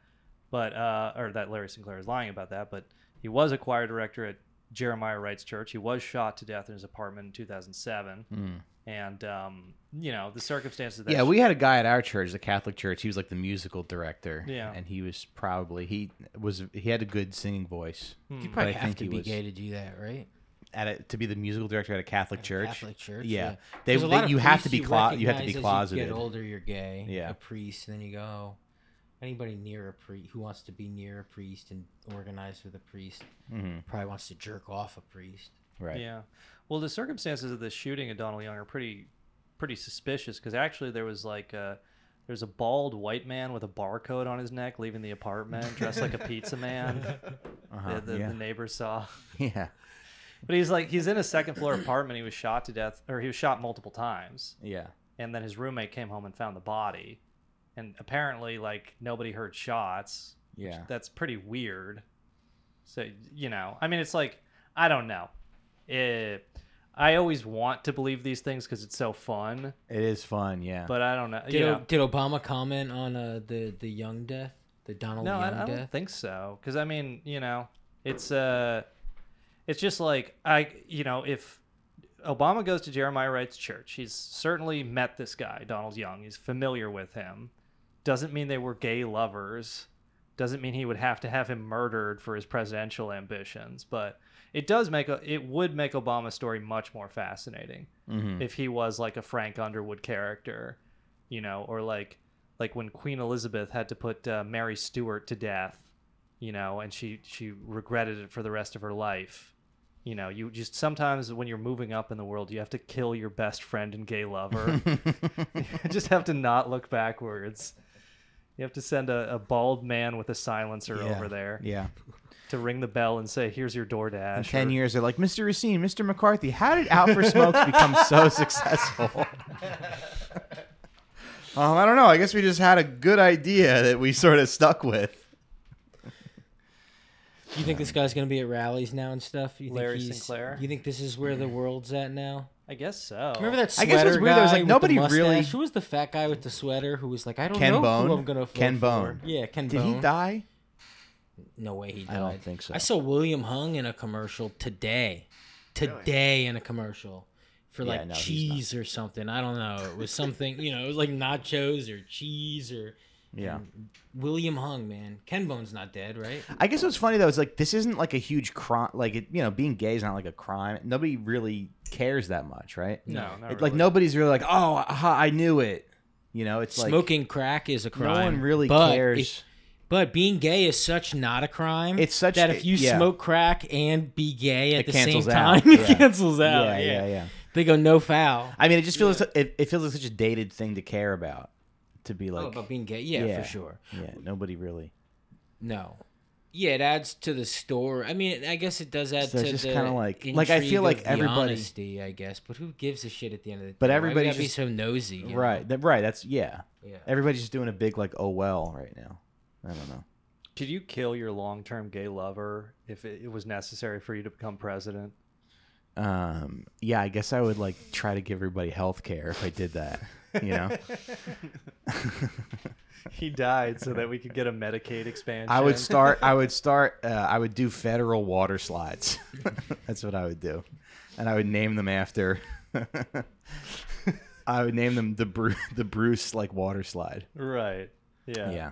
B: but uh, or that Larry Sinclair is lying about that, but he was a choir director at Jeremiah Wright's church. He was shot to death in his apartment in 2007 and um, you know the circumstances. Of that
A: Hmm. yeah, we had a guy at our church, the Catholic church. He was like the musical director.
B: Yeah.
A: and he was probably he was he had a good singing voice. But
C: You
A: I
C: Hmm. probably have
A: think
C: to
A: he
C: be
A: was-
C: gay to do that, right?
A: At a, to be the musical director at a Catholic church.
C: Catholic church.
A: Yeah,
C: yeah.
A: they,
C: There's a lot
A: they
C: of
A: you have to
C: priests
A: be clo- you have to
C: recognize
A: be closeted.
C: as You get older, you're gay.
A: Yeah.
C: a priest, and then you go. Anybody near a priest who wants to be near a priest and organized with a priest
A: Mhm,
C: probably wants to jerk off a priest.
A: right.
B: yeah. Well, the circumstances of the shooting of Donald Young are pretty pretty suspicious because actually there was like a there's a bald white man with a barcode on his neck leaving the apartment dressed like a pizza man
A: Uh-huh.
B: that the,
A: yeah.
B: the neighbor saw.
A: yeah.
B: But he's like he's in a second floor apartment. He was shot to death, or he was shot multiple times.
A: Yeah.
B: and then his roommate came home and found the body and apparently like nobody heard shots which-
A: Yeah.
B: that's pretty weird so you know i mean it's like i don't know it, i always want to believe these things because it's so fun
A: It is fun. Yeah.
B: but i don't know
C: Did,
B: you know.
C: O- did Obama comment on uh, the the young death, the Donald
B: no
C: Young
B: I, I don't
C: death?
B: think so because i mean you know it's uh it's just like i you know if obama goes to jeremiah wright's church he's certainly met this guy donald young he's familiar with him doesn't mean they were gay lovers doesn't mean he would have to have him murdered for his presidential ambitions but it does make a, it would make obama's story much more fascinating
A: Mhm.
B: if he was like a Frank Underwood character, you know, or like like when Queen Elizabeth had to put uh, Mary Stuart to death, you know, and she she regretted it for the rest of her life. You know, you just sometimes when you're moving up in the world, you have to kill your best friend and gay lover. you just have to not look backwards. You have to send a, a bald man with a silencer
A: Yeah.
B: over there
A: Yeah.
B: to ring the bell and say, "Here's your DoorDash."
A: In ten
B: or-
A: years, they're like Mr. Racine, Mr. McCarthy. How did Out for Smokes become so successful? um, I don't know. I guess we just had a good idea that we sort of stuck with.
C: You think this guy's gonna be at rallies now and stuff? You think
B: Larry
C: he's-
B: Sinclair? Mm-hmm.
C: You think this is where the world's at now?
B: I guess so.
C: Remember that
A: I
C: sweater
A: guess what's weird,
C: guy
A: there was, like,
C: with
A: nobody
C: the mustache?
A: really-
C: Who was the fat guy with the sweater who was like, I don't
A: Ken
C: know
A: Bone?
C: who I'm gonna vote
A: Ken
C: for.
A: Bone.
C: Yeah, Ken
A: Did
C: Bone.
A: he die?
C: No way he died.
A: I don't think so.
C: I saw William Hung in a commercial today. Today in a commercial for
A: Yeah,
C: like
A: no, he's
C: cheese or something. I don't know. It was something, you know, it was like nachos or cheese or
A: Yeah.
C: William Hung, man. Ken Bone's not dead, right?
A: I guess what's funny though is like this isn't like a huge crime. Like it, you know, being gay is not like a crime. Nobody really cares that much, right?
B: No, not
A: It-
B: really.
A: Like nobody's really like, oh, aha, I knew it. You know, it's like
C: Smoking crack is a crime.
A: no one really
C: but
A: cares.
C: if- but being gay is such not a crime.
A: It's such-
C: that if you
A: yeah.
C: smoke crack and be gay at
A: It
C: the same
A: cancels out,
C: time, it
A: yeah.
C: cancels out.
A: yeah, yeah, yeah.
C: They go no foul.
A: I mean, it just feels it, it feels like such a dated thing to care about. To be
C: oh,
A: like,
C: about being gay, yeah,
A: yeah.
C: for sure.
A: yeah, nobody really.
C: No. Yeah, it adds to the story. I mean, I guess it does add
A: So
C: to
A: it's just
C: the
A: kinda like- like, I
C: intrigue
A: feel like
C: of the
A: everybody-
C: honesty, I guess, but who gives a shit at the end of the day?
A: But
C: Why we
A: everybody's
C: gotta be
A: just-
C: so nosy, you know?
A: Right, that, right. That's yeah.
C: Yeah.
A: Everybody's just doing a big like, oh well, right now. I don't know.
B: Could you kill your long-term gay lover if it, it was necessary for you to become president?
A: Um, yeah, I guess I would like try to give everybody health care if I did that. You know,
B: He died so that we could get a Medicaid expansion.
A: I would start. I would start. Uh, I would do federal water slides. That's what I would do, and I would name them after. I would name them the Bruce, the Bruce like water slide.
B: right. Yeah.
A: Yeah.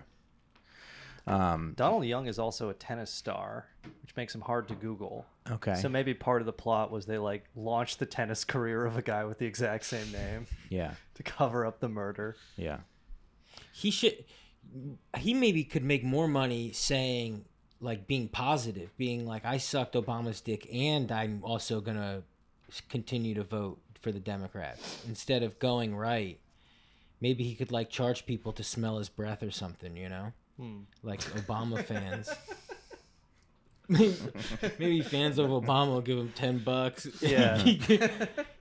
A: Um.
B: Donald Young is also a tennis star, which makes him hard to Google.
A: Okay.
B: So maybe part of the plot was they like launched the tennis career of a guy with the exact same name
A: yeah.
B: to cover up the murder.
A: Yeah.
C: He should he maybe could make more money saying like being positive, being like I sucked Obama's dick and I'm also going to continue to vote for the Democrats instead of going right. Maybe he could like charge people to smell his breath or something, you know? Like Obama fans. Maybe fans of Obama will give him ten bucks.
B: Yeah.
C: he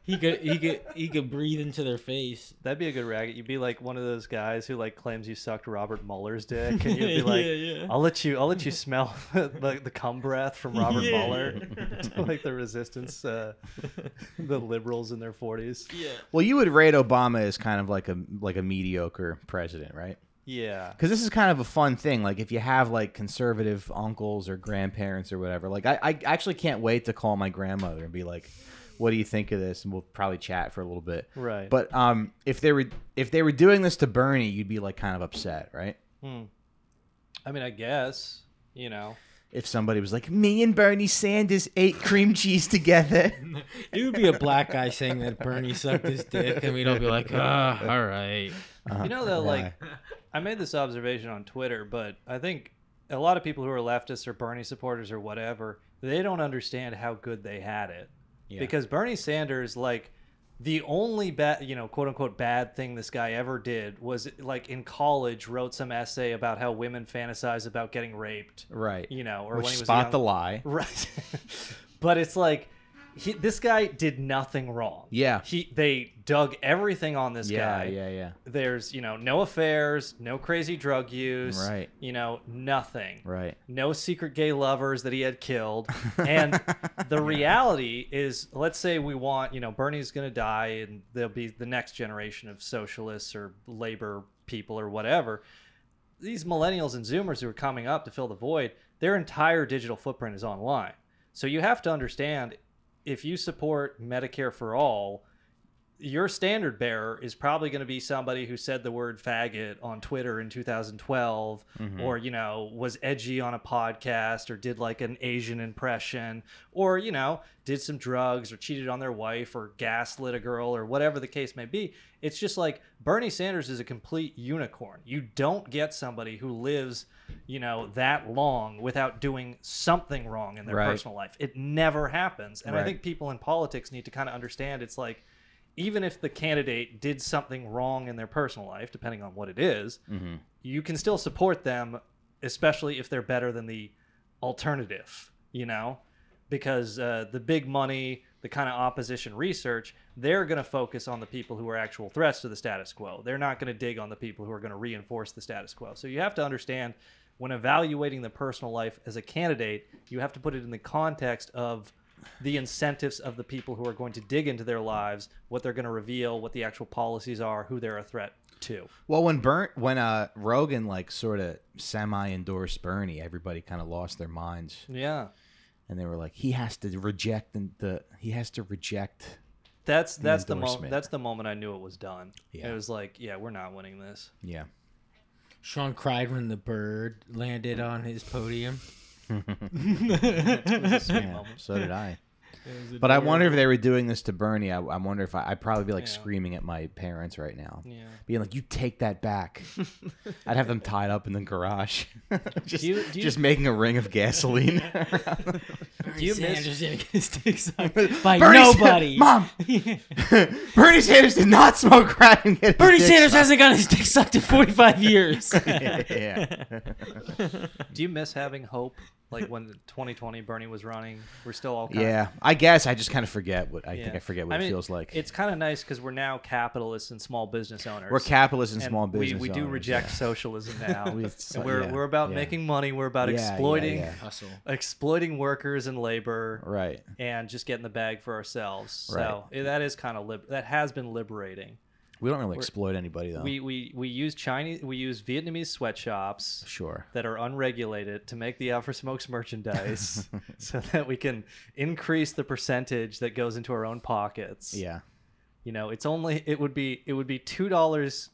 C: He could he could he could breathe into their face.
B: That'd be a good racket. You'd be like one of those guys who like claims you sucked Robert Mueller's dick, and you'd be like,
C: Yeah, yeah.
B: "I'll let you, I'll let you smell the, the cum breath from Robert
C: Yeah,
B: Mueller." like the resistance, uh, the liberals in their forties.
C: Yeah.
A: Well, you would rate Obama as kind of like a like a mediocre president, right?
B: Yeah,
A: Because this is kind of a fun thing. Like if you have like conservative uncles or grandparents or whatever, like I, I actually can't wait to call my grandmother and be like, "What do you think of this?" And we'll probably chat for a little bit.
B: right.
A: But um, if they were if they were doing this to Bernie, you'd be like kind of upset, right?
B: Hmm. I mean, I guess you know.
A: If somebody was like, "Me and Bernie Sanders ate cream cheese together,"
C: It would be a black guy saying that Bernie sucked his dick, and we'd all be like, ah, all right.
B: You know though, like I made this observation on Twitter, but I think a lot of people who are leftists or Bernie supporters or whatever, they don't understand how good they had it. Because Bernie Sanders, like the only bad, you know, quote unquote bad thing this guy ever did was like in college wrote some essay about how women fantasize about getting raped,
A: right?
B: you know, or
A: Which
B: when he was a
A: spot
B: young-
A: the lie.
B: Right. but it's like he, this guy did nothing wrong.
A: Yeah.
B: He they dug everything on this
A: Yeah,
B: guy
A: yeah, yeah.
B: there's you know no affairs no crazy drug use
A: Right.
B: you know nothing
A: Right.
B: no secret gay lovers that he had killed and the reality is let's say we want you know bernie's going to die and there'll be the next generation of socialists or labor people or whatever these millennials and zoomers who are coming up to fill the void their entire digital footprint is online so you have to understand if you support medicare for all your standard bearer is probably going to be somebody who said the word faggot on Twitter in 2012 or you know was edgy on a podcast or did like an Asian impression or you know did some drugs or cheated on their wife or gaslit a girl or whatever the case may be it's just like Bernie Sanders is a complete unicorn you don't get somebody who lives you know that long without doing something wrong in their
A: Right.
B: personal life it never happens and I
A: Right.
B: think people in politics need to kind of understand it's like even if the candidate did something wrong in their personal life, depending on what it is,
A: Mm-hmm.
B: you can still support them, especially if they're better than the alternative, you know? Because uh, the big money, the kind of opposition research, they're going to focus on the people who are actual threats to the status quo. They're not going to dig on the people who are going to reinforce the status quo. So you have to understand when evaluating the personal life as a candidate, you have to put it in the context of the incentives of the people who are going to dig into their lives, what they're going to reveal, what the actual policies are, who they're a threat to.
A: Well, when Burn, when uh, Rogan like sort of semi-endorsed Bernie, everybody kind of lost their minds,
B: Yeah.
A: and they were like, "He has to reject the, the he has to reject."
B: That's that's the moment
A: endorsement.
B: that's the moment I knew it was done.
A: Yeah.
B: It was like, yeah, we're not winning this.
A: Yeah,
C: Sean cried when the bird landed on his podium.
B: It was a sweet moment.
A: so did I. But I wonder if they were doing this to Bernie. I, I wonder if I, I'd probably be like
B: Yeah.
A: screaming at my parents right now,
B: Yeah.
A: being like, "You take that back!" I'd have them tied up in the garage, just,
B: Do you- do you-
A: just making a ring of gasoline.
B: Do you miss
C: Sanders didn't get his dick sucked by
A: Bernie Sanders-
C: nobody.
A: Mom, Bernie Sanders did not smoke crack and get his
C: Bernie
A: dick
C: Sanders
A: sucked.
C: hasn't gotten his dick sucked in 45 years.
A: yeah.
B: do you miss having hope? Like when 2020 Bernie was running, we're still all kind of
A: Yeah, I guess I just kind of forget what I think.
B: Yeah.
A: I forget what
B: mean,
A: it feels like.
B: It's kind of nice because we're now capitalists and small business owners.
A: we're capitalists and,
B: and
A: small business.
B: We, we do
A: owners,
B: reject socialism now.
A: We-
B: And we're,
A: yeah,
B: we're about
A: yeah.
B: making money. We're about
A: Yeah, yeah,
B: exploiting
A: yeah.
C: Hustle.
B: exploiting workers and labor
A: yeah. right?
B: and just getting the bag for ourselves. So
A: Right.
B: eh, that is kind of lib- that has been liberating.
A: We don't really exploit anybody though.
B: We, we we use Chinese we use Vietnamese sweatshops
A: sure.
B: that are unregulated to make the Alpha Smokes merchandise so that we can increase the percentage that goes into our own pockets.
A: Yeah.
B: You know, it's only it would be it would be two dollars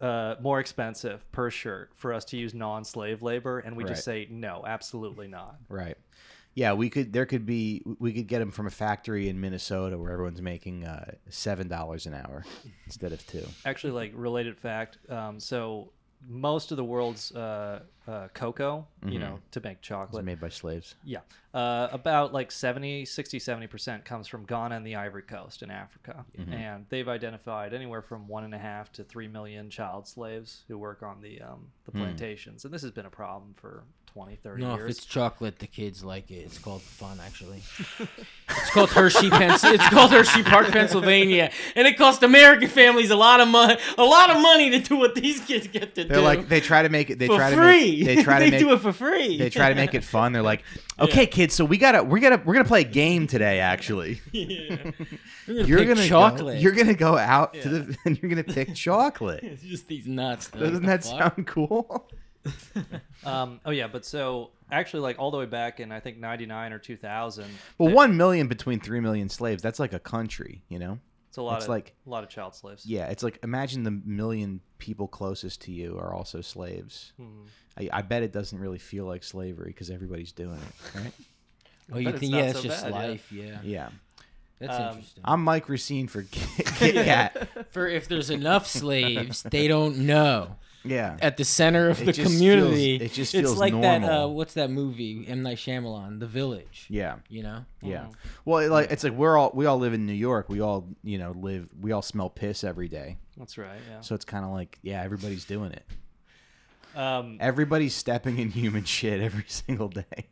B: uh, more expensive per shirt for us to use non-slave labor, and we just say no, absolutely not.
A: Right. Yeah, we could. There could be. We could get them from a factory in Minnesota where everyone's making uh, seven dollars an hour instead of two.
B: Actually, like related fact. Um, so most of the world's uh, uh, cocoa, you know, to make
A: It's
B: chocolate.
A: made by slaves.
B: Yeah. Uh, about like 70, 60, 70% comes from Ghana and the Ivory Coast in Africa.
A: Mm-hmm.
B: And they've identified anywhere from one and a half to three million child slaves who work on the, um,
A: Hmm.
B: the plantations. And this has been a problem for 20, 30
C: No, if
B: years.
C: it's chocolate, the kids like it. It's called fun, actually. it's called Hershey, Pens- It's called Hershey Park, Pennsylvania, and it cost American families a lot of money, a lot of money to do what these kids get to
A: They're
C: do.
A: like they try to make it. They
C: for
A: try to
C: free.
A: make. They try to make.
C: do it for free.
A: they try to make it fun. They're like, okay, kids, so we gotta we gotta we're gonna play a game today. Actually, you're
C: pick
A: gonna go-
C: chocolate.
A: you're gonna go out to the and you're gonna pick chocolate.
C: it's just these nuts. though.
A: Doesn't
C: The
A: that
C: fuck?
A: sound cool?
B: um, oh, yeah. But so actually, like all the way back in, I think, 99 or 2000,
A: Well, one million between three million slaves. That's like a country, you know.
B: it's a lot
A: It's
B: of
A: like-
B: a lot of child slaves.
A: Yeah, it's like imagine the million people closest to you are also slaves.
B: Hmm.
A: I, I bet it doesn't really feel like slavery because everybody's doing it, right?
C: Oh, you
B: But it's
C: think
B: not
C: yeah, that's
B: so
C: just
B: bad, yeah.
C: life. Yeah,
A: yeah,
C: that's
B: Um,
C: interesting.
A: I'm Mike Racine for Kit, Kit Kat.
C: For if there's enough slaves, they don't know.
A: Yeah,
C: At the center of
A: It
C: the
A: just
C: community,
A: feels- it just
C: it's
A: feels
C: like that. Uh,
A: normal.
C: what's that movie? M Night Shyamalan, The Village.
A: yeah.
C: You know,
A: Yeah.
B: Uh-huh.
A: Well, it, like it's like we're all we all live in New York. We all you know live. We all smell piss every day.
B: That's right. Yeah.
A: So it's kind of like yeah, everybody's doing it.
B: Um,
A: Everybody's stepping in human shit every single day.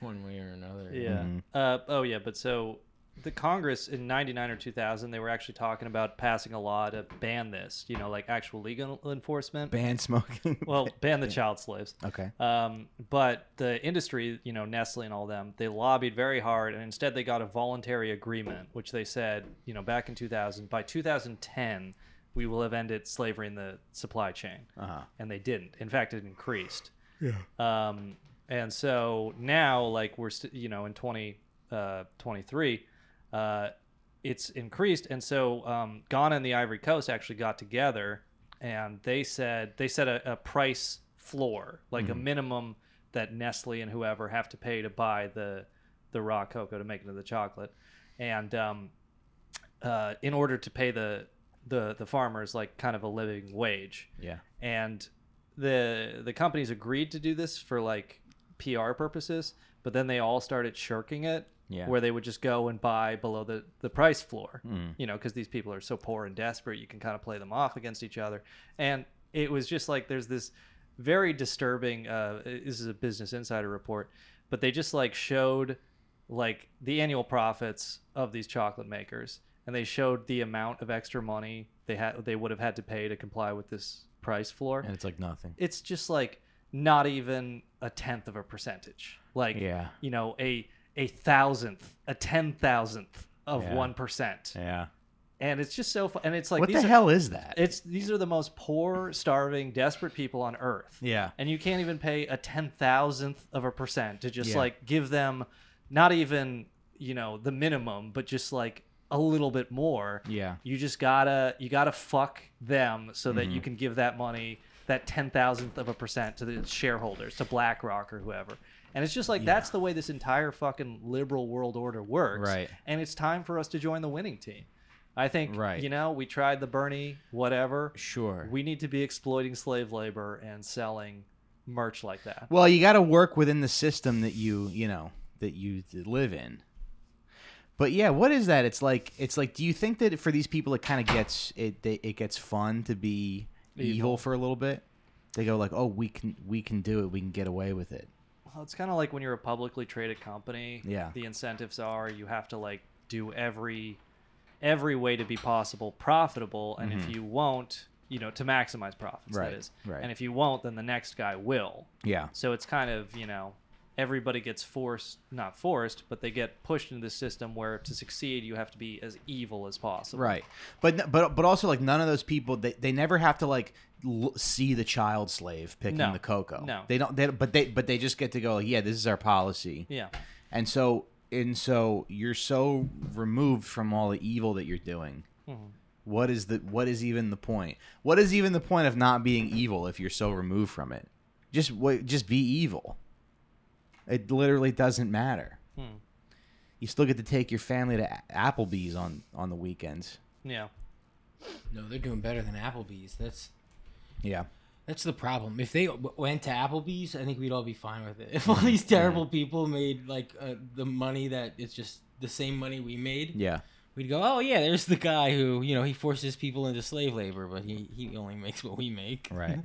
C: one way or another.
B: Yeah. Uh, oh, yeah. But so the Congress in 99 or 2000, they were actually talking about passing a law to ban this, you know, like actual legal enforcement.
A: Ban smoking.
B: well, ban the child slaves.
A: okay.
B: Um, but the industry, you know, Nestle and all them, they lobbied very hard, and instead they got a voluntary agreement, which they said, you know, back in 2000, by 2010, we will have ended slavery in the supply chain.
A: Uh-huh.
B: And they didn't. In fact, it increased. Yeah. Um, and so now, like, we're, st- you know, in 20, uh, 23, uh, it's increased. And so um, Ghana and the Ivory Coast actually got together and they said they set a, a price floor, like a minimum that Nestle and whoever have to pay to buy the the raw cocoa to make into the chocolate. And um, uh, in order to pay the, the the farmers like kind of a living wage.
A: Yeah.
B: And the the companies agreed to do this for like PR purposes, but then they all started shirking it.
A: Yeah.
B: Where they would just go and buy below the, the price floor, you know, because these people are so poor and desperate, you can kind of play them off against each other. And it was just like there's this very disturbing. Uh, this is a Business Insider report, but they just like showed like the annual profits of these chocolate makers and they showed the amount of extra money they had they would have had to pay to comply with this price floor
A: And it's like nothing.
B: it's just like not even a tenth of a percentage like
A: Yeah.
B: you know a a thousandth a ten thousandth of
A: Yeah.
B: one percent
A: Yeah.
B: and it's just so fu- and it's like
A: what
B: these
A: the
B: are,
A: hell is that?
B: it's these are the most poor starving desperate people on earth
A: yeah.
B: and you can't even pay a ten thousandth of a percent to just
A: Yeah.
B: like give them not even you know the minimum but just like a little bit more
A: Yeah.
B: you just gotta you gotta fuck them so that
A: Mm-hmm.
B: you can give that money that ten thousandth of a percent to the shareholders to blackrock or whoever and it's just like that's the way this entire fucking liberal world order works
A: Right.
B: and it's time for us to join the winning team i think
A: Right.
B: you know we tried the bernie whatever
A: Sure.
B: we need to be exploiting slave labor and selling merch like that.
A: Well, you got to work within the system that you you know that you th- live in. But yeah, what is that? It's like it's like. Do you think that for these people, it kind of gets it they, it gets fun to be evil. for a little bit? They go like, oh, we can we can do it. We can get away with it.
B: Well, it's kind of like when you're a publicly traded company.
A: Yeah.
B: The incentives are you have to like do every every way to be possible profitable, and if you won't, you know, to maximize profits.
A: Mm-hmm. Right,
B: That is.
A: right.
B: And if you won't, then the next guy will.
A: Yeah.
B: So it's kind of you know everybody gets forced not forced but they get pushed into the system where to succeed you have to be as evil as possible
A: Right. But n- but but also like none of those people they, they never have to like l- see the child slave picking
B: No.
A: the cocoa.
B: No.
A: They don't they but they but they just get to go, yeah, this is our policy.
B: yeah
A: And so and so you're so removed from all the evil that you're doing. What is the what is even the point? What is even the point of not being evil if you're so removed from it? Just wait, just be evil. It literally doesn't matter. You still get to take your family to A- Applebee's on on the weekends.
B: yeah
C: No, they're doing better than Applebee's. That's
A: Yeah.
C: That's the problem. If they w- went to Applebee's, I think we'd all be fine with it. If all
A: Mm-hmm.
C: these terrible people made like uh, the money that it's just the same money we made,
A: Yeah.
C: we'd go, "Oh yeah, there's the guy who you know he forces people into slave labor, but he he only makes what we make."
A: Right.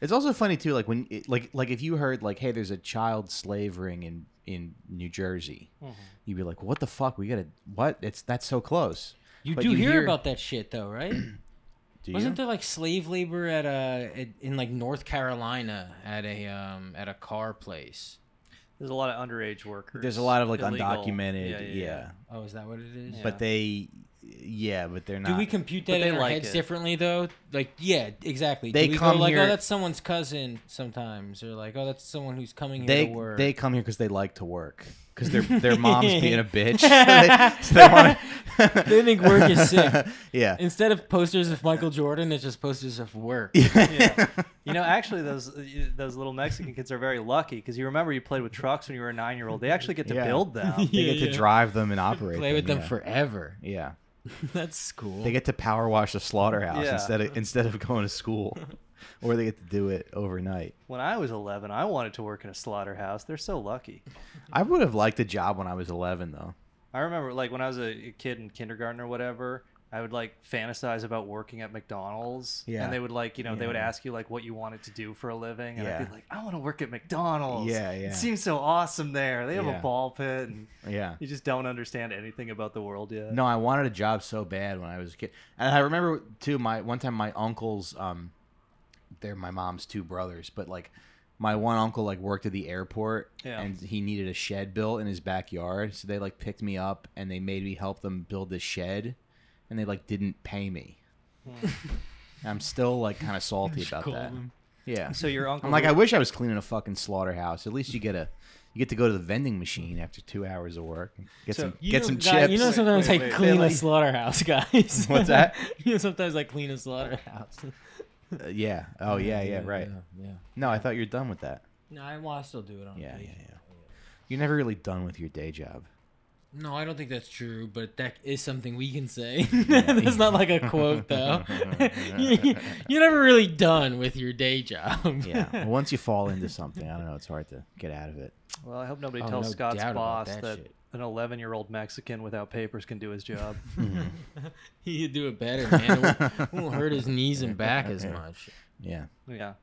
A: it's also funny too, like when, it, like, like if you heard, like, hey, there's a child slave ring in in New Jersey,
B: mm-hmm.
A: you'd be like, what the fuck? We gotta what? It's that's so close.
C: You
A: But
C: do
A: you
C: hear,
A: hear-
C: about that shit though, right?
A: Do you?
C: Wasn't there like slave labor at a at, in like North Carolina at a um at a car place?
B: There's a lot of underage workers.
A: there's a lot of like
B: Illegal.
A: undocumented, yeah,
C: Oh, is that what it is?
B: Yeah.
A: But they, yeah, but they're not.
C: Do we compute
B: But
C: that
B: they
C: in our
B: like
C: heads
B: it.
C: differently though? Like, yeah, exactly.
A: They
C: Do we
A: come
C: go like,
A: here-
C: oh, that's someone's cousin sometimes, or like, oh, that's someone who's coming here to
A: they
C: work.
A: they come here because they like to work because their their mom's being a bitch. so they, so they, wanna...
C: They think work is sick.
A: Yeah.
C: Instead of posters of Michael Jordan, it's just posters of work.
B: Yeah. You know, actually, those uh, those little Mexican kids are very lucky because you remember you played with trucks when you were a nine year old. They actually get to
A: Yeah.
B: build them.
A: They
C: Yeah,
A: get to
C: yeah.
A: drive them and operate.
C: Play with them
A: yeah.
C: forever.
A: Yeah.
C: That's cool.
A: They get to power wash the slaughterhouse
B: Yeah.
A: instead of instead of going to school, or they get to do it overnight.
B: When I was 11, I wanted to work in a slaughterhouse. They're so lucky.
A: I would have liked a job when I was 11, though.
B: I remember, like, when I was a kid in kindergarten or whatever, I would, like, fantasize about working at McDonald's.
A: Yeah.
B: And they would, like, you know, they would
A: Yeah.
B: ask you, like, what you wanted to do for a living. And
A: Yeah.
B: I'd be like, I want to work at McDonald's.
A: Yeah, yeah.
B: It seems so awesome there. They have
A: Yeah.
B: a ball pit, and
A: Yeah.
B: you just don't understand anything about the world yet.
A: No, I wanted a job so bad when I was a kid, and I remember too. My one time, my uncle's, um, they're my mom's two brothers, but like, my one uncle like worked at the airport,
B: Yeah.
A: and he needed a shed built in his backyard, so they like picked me up and they made me help them build this shed, and they like didn't pay me. I'm still like kind of salty about that. Yeah,
B: So your uncle.
A: I'm like, I wish I was cleaning a fucking slaughterhouse. At least you get a. You get to go to the vending machine after two hours of work. and Get
B: So
A: some,
C: You
A: get
C: know,
A: some
C: guy-
A: chips.
C: You know, sometimes
B: Wait,
C: I
B: wait,
C: clean
A: wait.
C: a slaughterhouse, guys.
A: What's that?
C: you know, sometimes I clean a slaughterhouse.
A: Uh, yeah. Oh yeah, yeah, right.
C: Yeah.
A: No, I thought you were done with that.
C: No, I well, I still do it on
A: Yeah, yeah,
C: occasion. Oh,
A: yeah. You're never really done with your day job.
C: No, I don't think that's true, but that is something we can say. that's not like a quote, though. You- You're never really done with your day job.
A: Yeah. Well, Once you fall into something, I don't know, it's hard to get out of it.
B: Well, I hope nobody
C: Oh,
B: tells
C: no
B: Scott's
C: doubt about
B: boss
C: that
B: that,
C: shit.
B: an 11 year old Mexican without papers can do his job.
C: He'd do it better, man. It won't- won't hurt his knees and back as much.
A: Yeah.
B: yeah.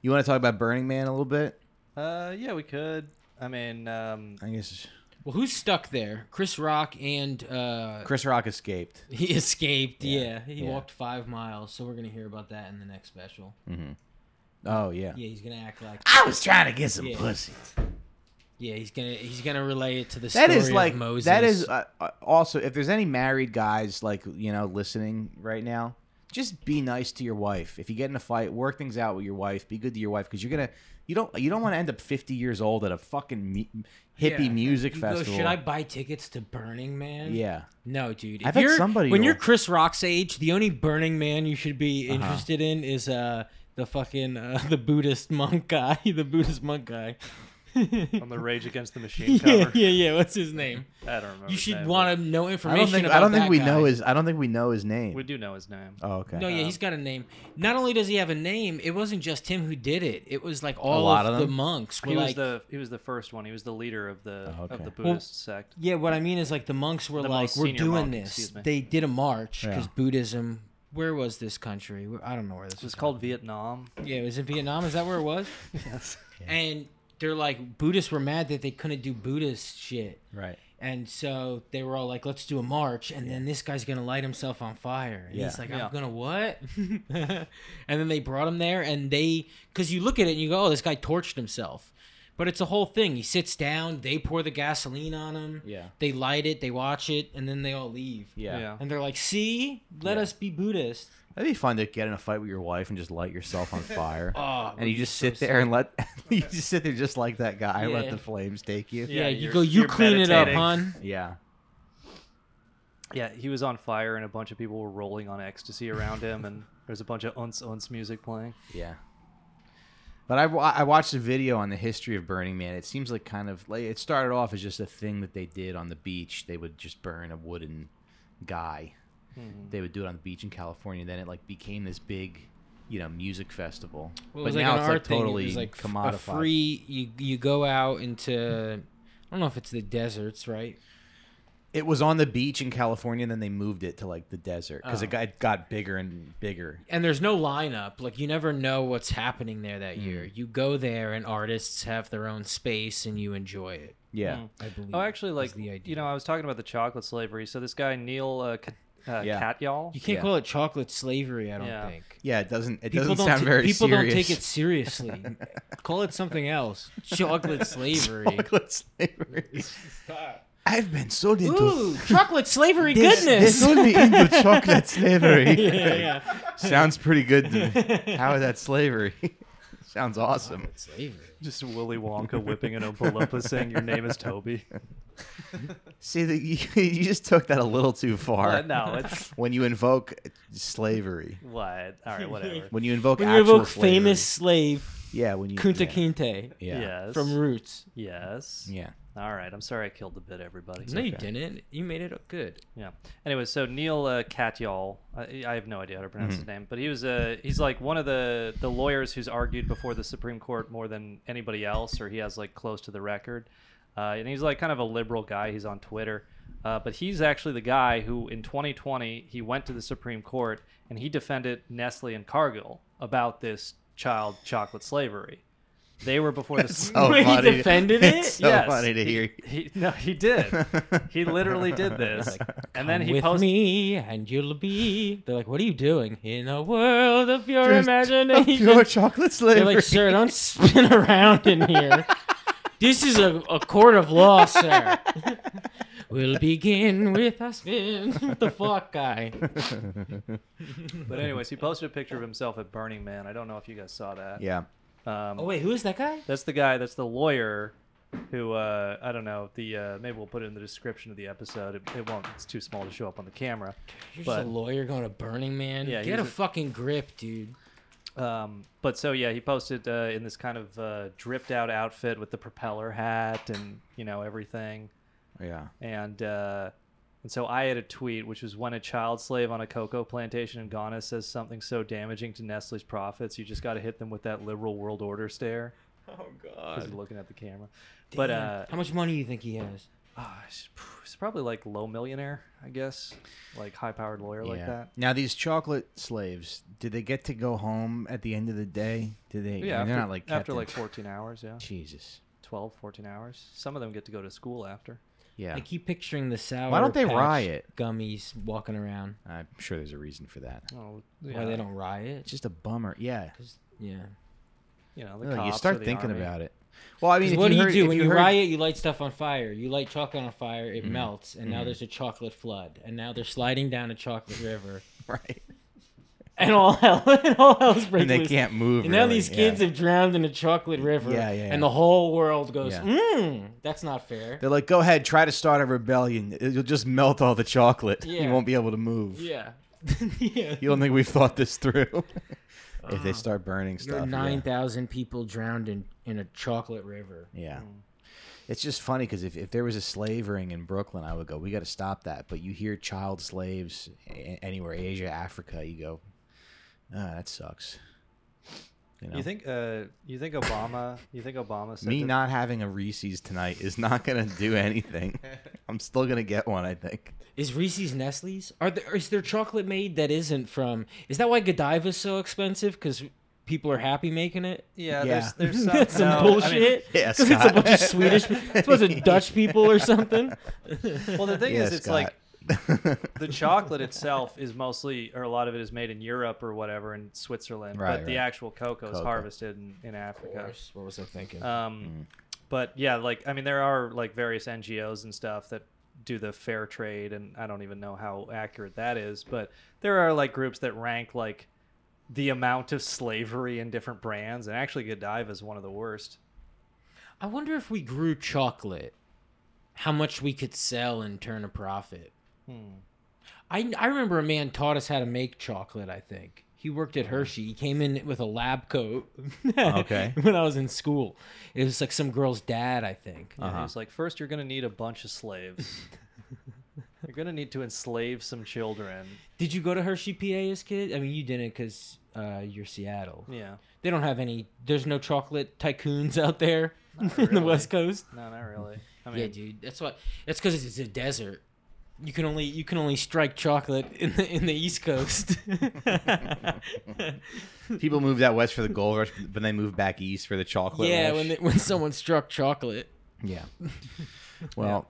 A: You want to talk about Burning Man a little bit?
B: Uh, yeah, we could. I mean, um,
A: I guess
C: Well, who's stuck there? Chris Rock and uh,
A: Chris Rock escaped.
C: he escaped. Yeah,
A: Yeah,
C: he
A: yeah.
C: walked five miles. So we're gonna hear about that in the next special.
A: Oh yeah.
C: Yeah, he's gonna act like.
A: I was trying to get some
C: Yeah.
A: pussy.
C: Yeah, he's gonna he's gonna relay it to the
A: That
C: story
A: is like
C: of Moses.
A: that is uh, uh, also if there's any married guys like you know listening right now, just be nice to your wife. If you get in a fight, work things out with your wife. Be good to your wife because you're gonna you don't you don't want to end up 50 years old at a fucking me- hippie
C: Yeah.
A: music
C: You go,
A: festival.
C: Should I buy tickets to Burning Man?
A: Yeah.
C: No, dude.
A: I
C: If
A: bet
C: you're,
A: somebody
C: when you're
A: will.
C: Chris Rock's age, the only Burning Man you should be
A: Uh-huh.
C: interested in is uh the fucking uh, the Buddhist monk guy, the Buddhist monk guy.
B: on the Rage Against the Machine
C: yeah,
B: cover.
C: yeah, yeah. What's his name?
B: I don't remember.
C: You
B: his
C: should
B: name,
C: want to know
A: I
C: information.
A: don't think
C: about
A: I don't think
C: that
A: we
C: guy.
A: know his I don't think we know his
B: but
A: name.
B: We do know his name.
A: oh okay.
C: No, yeah, he's got a name. Not only does he have a name, it wasn't just him who did it. It was like all
A: lot
C: of,
A: of
C: the
A: them?
C: monks. Were
B: he was
C: like,
B: the he was the first one. He was the leader of the
A: Oh, okay.
B: of the
A: Well-
B: Buddhist sect.
C: Yeah, what I mean is like the monks were
B: The
C: like,
B: most
C: we're
B: senior
C: doing
B: monk,
C: this.
B: excuse me.
C: They did a march because
A: Yeah.
C: Buddhism. Where was this country? Where- I don't know where this
B: It was
C: was.
B: called Vietnam.
C: Yeah, it was in Vietnam. Is that where it was?
B: Yes.
C: And they're like, Buddhists were mad that they couldn't do Buddhist shit.
A: Right.
C: And so they were all like, let's do a march. And then this guy's going to light himself on fire. And
A: Yeah.
C: he's like,
B: Yeah.
C: I'm going to what? and then they brought him there. And they, because you look at it and you go, oh, this guy torched himself. But it's a whole thing. He sits down, they pour the gasoline on him.
A: Yeah.
C: They light it, they watch it, and then they all leave.
A: Yeah.
B: Yeah.
C: And they're like, see, let us be Buddhist.
A: That'd be fun to get in a fight with your wife and just light yourself on fire.
C: Oh,
A: and you just
C: so
A: sit there and let you just sit there just like that guy and
C: Yeah.
A: let the flames take you.
C: Yeah,
B: Yeah,
C: you
B: you're-
C: go, you
B: you're
C: clean it up,
B: meditating.
C: hon.
A: Yeah.
B: Yeah, he was on fire, and a bunch of people were rolling on ecstasy around him, and there's a bunch of unce unce music playing.
A: Yeah. But I, wa- I watched a video on the history of Burning Man. It seems like kind of like it started off as just a thing that they did on the beach. They would just burn a
C: Mm-hmm.
A: wooden guy. They would do it on the beach in California. Then it like became this big you know music festival. but
C: Well, it was like
A: now
C: an
A: it's
C: art
A: like
C: thing. It
A: totally
C: was like f-
A: commodified.
C: A free, you you go out into, I don't know if it's the deserts, right?
A: It was on the beach in California, and then they moved it to like the desert because
C: Oh.
A: it got it got bigger and bigger.
C: And there's no lineup. Like you never know what's happening there
A: Mm.
C: that year. You go there, and artists have their own space, and you enjoy it.
A: Yeah,
B: Mm.
C: I believe.
B: Oh, actually,
C: is
B: like
C: the idea.
B: you know, I was talking about the chocolate slavery. So this guy Neil uh, K- uh,
A: Yeah.
B: Katyal,
C: you can't
A: yeah.
C: call it chocolate slavery. I don't
B: Yeah.
C: think.
A: yeah. It doesn't it
C: People
A: doesn't
C: don't
A: sound
C: ta-
A: very
C: people
A: serious.
C: don't take it seriously. call it something else. Chocolate slavery.
A: Chocolate slavery. I've been so into
C: Ooh, chocolate slavery
A: This-
C: goodness.
A: This only into chocolate slavery.
C: yeah, yeah.
A: Sounds pretty good. To me. How is that slavery? Sounds awesome.
C: Slavery.
B: just Willy Wonka whipping an Oompa Loompa saying your name is Toby.
A: See, the, you, you just took that a little too far.
B: But Uh, no, it's
A: When you invoke slavery,
B: what? All right, whatever.
A: when you invoke
C: When you
A: actual
C: evoke
A: slavery.
C: famous slave
A: yeah, when you
C: Kunta
A: yeah,
C: Kinte
A: yeah,
B: Yes.
C: from Roots.
B: yes.
A: yeah.
B: All right. I'm sorry I killed the bit, everybody.
C: No, you didn't. You made it up good.
B: Yeah. Anyway, so Neil uh, Katyal, I, I have no idea how to
A: Mm-hmm.
B: pronounce his name, but he was a he's like one of the the lawyers who's argued before the Supreme Court more than anybody else, or he has like close to the record. Uh, and he's like kind of a liberal guy. He's on Twitter, uh, but he's actually the guy who in 2020 he went to the Supreme Court and he defended Nestle and Cargill about this child chocolate slavery. They were before the
A: So
C: Wait, he
A: Oh, funny.
C: defended it?
A: It's so
B: Yes.
A: funny to hear.
B: he, no he did he literally did this and then
C: Come
B: he
C: with
B: posted
C: me, and you'll be. They're like, "What are you doing in a world of your imagination?"
A: Pure chocolate slavery.
C: They're like, "Sir, don't spin around in here. this is a, a court of law, sir." we'll begin with a spin. What the fuck, guy?
B: But anyways, he posted a picture of himself at Burning Man. I don't know if you guys saw that.
A: yeah.
B: Um,
C: Oh wait, who is that guy?
B: That's the guy. That's the lawyer. Who uh, I don't know. The uh, maybe we'll put it in the description of the episode. It, it won't. It's too small to show up on the camera.
C: You're
B: But-
C: just a lawyer going to Burning Man.
B: Yeah,
C: get
B: he's
C: a,
B: a-
C: fucking grip, dude.
B: Um, but so yeah, he posted uh, in this kind of uh, dripped out outfit with the propeller hat and you know everything.
A: Yeah.
B: And uh, and so I had a tweet, which was when a child slave on a cocoa plantation in Ghana says something so damaging to Nestle's profits, you just got to hit them with that liberal world order stare.
C: Oh
B: because
C: god.
B: he's looking at the camera. But uh,
C: how much money do you think he has?
B: oh, he's he's probably like low millionaire, I guess, like high powered lawyer like
A: yeah.
B: that.
A: Now these chocolate slaves, did they get to go home at the end of the day? Did they? I
B: Yeah,
A: mean,
B: after,
A: they're not like kept
B: after
A: in-
B: like 14 hours, yeah,
A: Jesus.
B: 12, 14 hours. Some of them get to go to school after.
A: Yeah.
C: I keep picturing the sour.
A: Why don't they
C: Patch
A: riot?
C: Gummies walking around.
A: I'm sure there's a reason for that.
B: Oh,
C: Why they don't riot?
A: It's just a bummer. Yeah.
C: Just- yeah.
B: You know, the
A: Ugh,
B: cops
A: you
B: or
A: start
B: the
A: thinking
B: army.
A: about it. Well, I mean,
C: 'Cause
A: if
C: what do you
A: heard-
C: do
A: if
C: when you, Mm-hmm.
A: heard-
C: riot? You light stuff on fire. You light chocolate on fire. It melts, and now there's a chocolate flood, and now they're sliding down a chocolate river,
A: Right.
C: and all hell, and all hell's breaking
A: And they
C: loose.
A: can't move.
C: And now
A: really,
C: these kids
A: yeah.
C: have drowned in a chocolate river,
A: Yeah, yeah, yeah.
C: and the whole world goes,
A: Yeah.
C: "Mmm, that's not fair."
A: They're like, go ahead, try to start a rebellion. You'll just melt all the chocolate.
C: Yeah.
A: You won't be able to move.
C: yeah, yeah. Uh-huh.
A: You don't think we've thought this through? if they start burning
C: There are
A: stuff.
C: nine
A: yeah.
C: thousand people drowned in in a chocolate river.
A: Yeah. It's just funny because if, if there was a slave ring in Brooklyn, I would go, we got to stop that. But you hear child slaves a- anywhere, Asia, Africa, you go, ah, that sucks. You know?
B: You think? Uh, you think Obama? you think Obama? Said
A: Me
B: that-
A: not having a Reese's tonight is not going to do anything. I'm still going to get one, I think.
C: Is Reese's Nestle's? Are there is there chocolate made that isn't from? Is that why Godiva's so expensive? Because people are happy making it.
B: Yeah,
A: Yeah.
B: there's there's some,
C: That's some
B: no, I mean,
C: bullshit.
A: Yeah,
C: Because it's a
A: Scott.
C: bunch of Swedish, it's a bunch of Dutch people or something.
B: well, the thing
A: Yeah,
B: is, it's
A: Scott.
B: like the chocolate itself is mostly, or a lot of it is made in Europe or whatever in Switzerland,
A: Right,
B: but the
A: right.
B: actual cocoa, is
A: Cocoa. Hmm.
B: harvested in, in Africa.
C: What was I thinking?
B: Um, But yeah, like I mean, there are like various NGOs and stuff that do the fair trade, and I don't even know how accurate that is. But there are like groups that rank like the amount of slavery in different brands, and actually, Godiva is one of the worst.
C: I wonder if we grew chocolate, how much we could sell and turn a profit. I I remember a man taught us how to make chocolate. I think he worked at Hershey. He came in with a lab coat.
A: Okay.
C: when I was in school, it was like some girl's dad. I think.
B: Uh.
A: Uh-huh.
B: Yeah, He was like, first you're gonna need a bunch of slaves. you're You're gonna need to enslave some children.
C: Did you go to Hershey, PA as kid? I mean, you didn't because uh, you're Seattle.
B: Yeah.
C: They don't have any. There's no chocolate tycoons out there in the
B: really.
C: West Coast.
B: No, not really. I
C: yeah,
B: mean,
C: dude. That's what. That's because it's a desert. You can only you can only strike chocolate in the in the East Coast.
A: People moved out west for the gold rush, but then they moved back east for the chocolate.
C: yeah,
A: rush.
C: when they, when someone struck chocolate.
A: yeah. Well,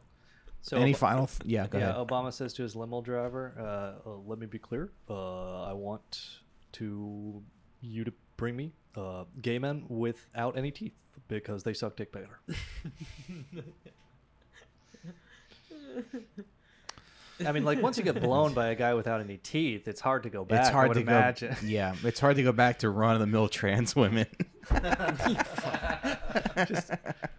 B: so
A: any
B: Ob-
A: final? Th- yeah, go
B: yeah,
A: ahead.
B: Obama says to his limo driver, uh, uh, "Let me be clear. Uh, I want to you to bring me uh, gay men without any teeth because they suck dick better." I mean, like once you get blown by a guy without any teeth, it's hard to go back.
A: it's
B: I
A: hard
B: would
A: to
B: imagine.
A: go. Yeah, it's hard to go back to run of the mill trans women.
B: Just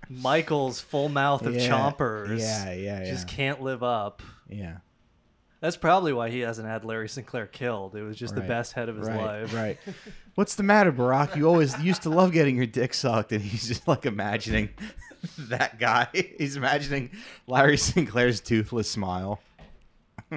B: Michael's full mouth of
A: Yeah,
B: chompers.
A: yeah, yeah,
B: Just
A: yeah.
B: can't live up.
A: yeah.
B: That's probably why he hasn't had Larry Sinclair killed. It was just the
A: Right,
B: best head of his
A: right,
B: life.
A: Right. What's the matter, Barack? You always used to love getting your dick sucked, and he's just like imagining that guy. He's imagining Larry Sinclair's toothless smile.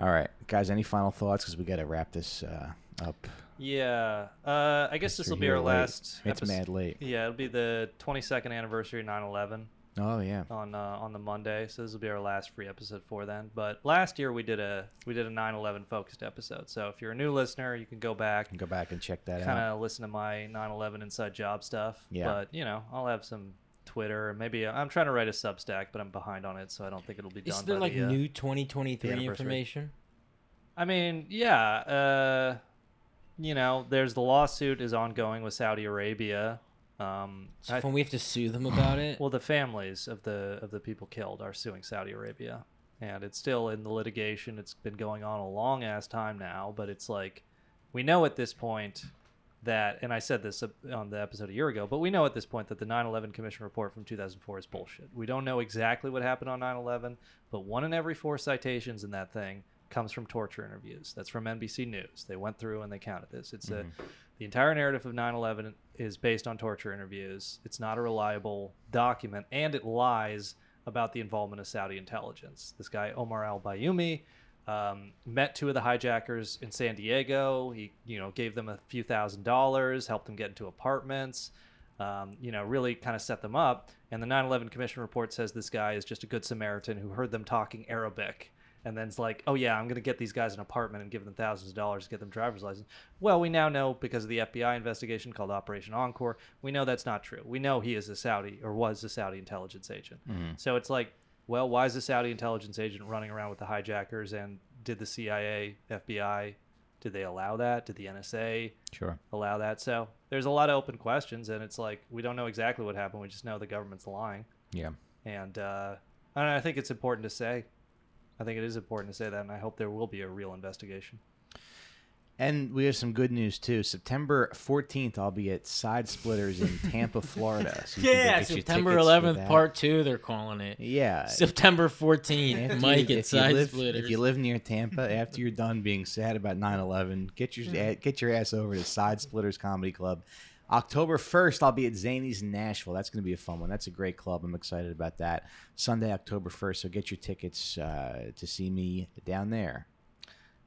A: All right, guys. Any final thoughts? Because we got to wrap this uh, up.
B: Yeah. Uh, I guess
A: Mr.
B: this will be
A: Here
B: our
A: Late.
B: last.
A: It's
B: epis-
A: mad late.
B: Yeah, it'll be the 22nd anniversary of 9/11
A: Oh yeah.
B: on uh, on the Monday. So this will be our last free episode for then. But last year we did a we did a 9/11 focused episode. So if you're a new listener, you can go back.
A: Go back and check that
B: kind
A: out.
B: of listen to my 9/11 inside job stuff.
A: Yeah.
B: But you know, I'll have some Twitter. Maybe I'm trying to write a Substack, but I'm behind on it, so I don't think it'll be done.
C: Is there
B: by
C: like
B: the, uh,
C: new 2023
B: anniversary.
C: information?
B: I mean, yeah. Uh, you know, there's the lawsuit is ongoing with Saudi Arabia. Um,
C: So
B: I-
C: when we have to sue them about it.
B: well, the families of the of the people killed are suing Saudi Arabia, and it's still in the litigation. It's been going on a long ass time now, but it's like we know at this point that, and I said this uh, on the episode a year ago, but we know at this point that the 9/11 Commission report from 2004 is bullshit. We don't know exactly what happened on 9/11, but one in every four citations in that thing comes from torture interviews. That's from NBC News. They went through and they counted this. It's a the entire narrative of 9/11 is based on torture interviews. It's not a reliable document, and it lies about the involvement of Saudi intelligence. This guy Omar Al Bayoumi um, met two of the hijackers in San Diego. He, you know, gave them a few thousand dollars, helped them get into apartments. Um, you know, really kind of set them up. And the 9/11 Commission report says this guy is just a good Samaritan who heard them talking Arabic and then it's like, oh yeah, I'm gonna get these guys an apartment and give them thousands of dollars to get them driver's license. Well, we now know because of the FBI investigation called Operation Encore, we know that's not true. We know he is a Saudi or was a Saudi intelligence agent. So it's like, well, why is the Saudi intelligence agent running around with the hijackers? And did the CIA, FBI, did they allow that? Did the NSA
A: Sure.
B: allow that? So there's a lot of open questions, and it's like we don't know exactly what happened. We just know the government's lying.
A: Yeah.
B: And uh, I, don't know, I think it's important to say. I think it is important to say that, and I hope there will be a real investigation.
A: And we have some good news too. September 14th, I'll be at Side Splitters in Tampa, Florida. So you can go
C: yeah,
A: get your
C: September
A: tickets for
C: 11th,
A: that.
C: part two. They're calling it.
A: Yeah.
C: September
A: After
C: 14th,
A: you-
C: Mike
A: if
C: at
A: you
C: Side
A: live-
C: Splitters.
A: If you live near Tampa, after you're done being sad about 9/11, get your
C: Mm-hmm.
A: a- get your ass over to Side Splitters Comedy Club. October 1st, I'll be at Zany's in Nashville. That's going to be a fun one. That's a great club. I'm excited about that. Sunday, October 1st. So get your tickets uh, to see me down there.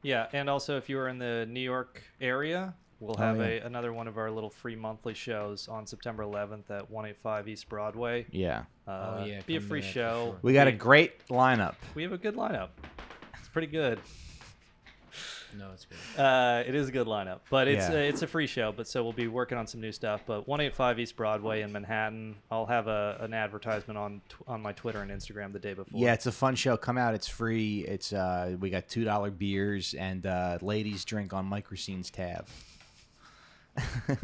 B: Yeah, and also if you are in the New York area, we'll
A: Oh,
B: have
A: yeah.
B: a, another one of our little free monthly shows on September 11th at 185 East Broadway.
A: Yeah.
B: Uh,
C: Oh, yeah,
B: be a
C: come to
B: free
C: that for
B: show.
C: sure.
A: We got a
B: We-
A: great lineup.
B: We have a good lineup. It's pretty good.
C: no, it's good.
B: Uh, it is a good lineup, but it's
A: Yeah.
B: uh, it's a free show. But so we'll be working on some new stuff. But 185 East Broadway in Manhattan. I'll have a, an advertisement on tw- on my Twitter and Instagram the day before.
A: Yeah, it's a fun show. Come out. It's free. It's uh, we got two dollar beers and uh, ladies drink on Microscene's tab.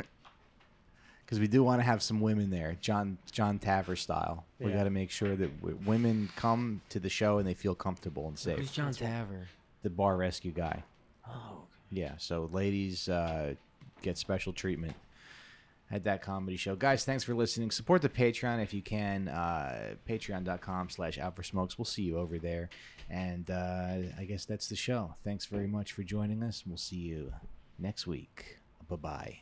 A: Because we do want to have some women there, John John Taffer style. We
B: Yeah.
A: got to make sure that w- women come to the show and they feel comfortable and
C: Who's
A: safe.
C: John Taver?
A: The bar rescue guy.
C: Oh,
A: Yeah, so ladies uh, get special treatment at that comedy show. Guys, thanks for listening. Support the Patreon if you can. Uh, Patreon.com slash Out for Smokes. We'll see you over there. And uh, I guess that's the show. Thanks very much for joining us. We'll see you next week. Bye-bye.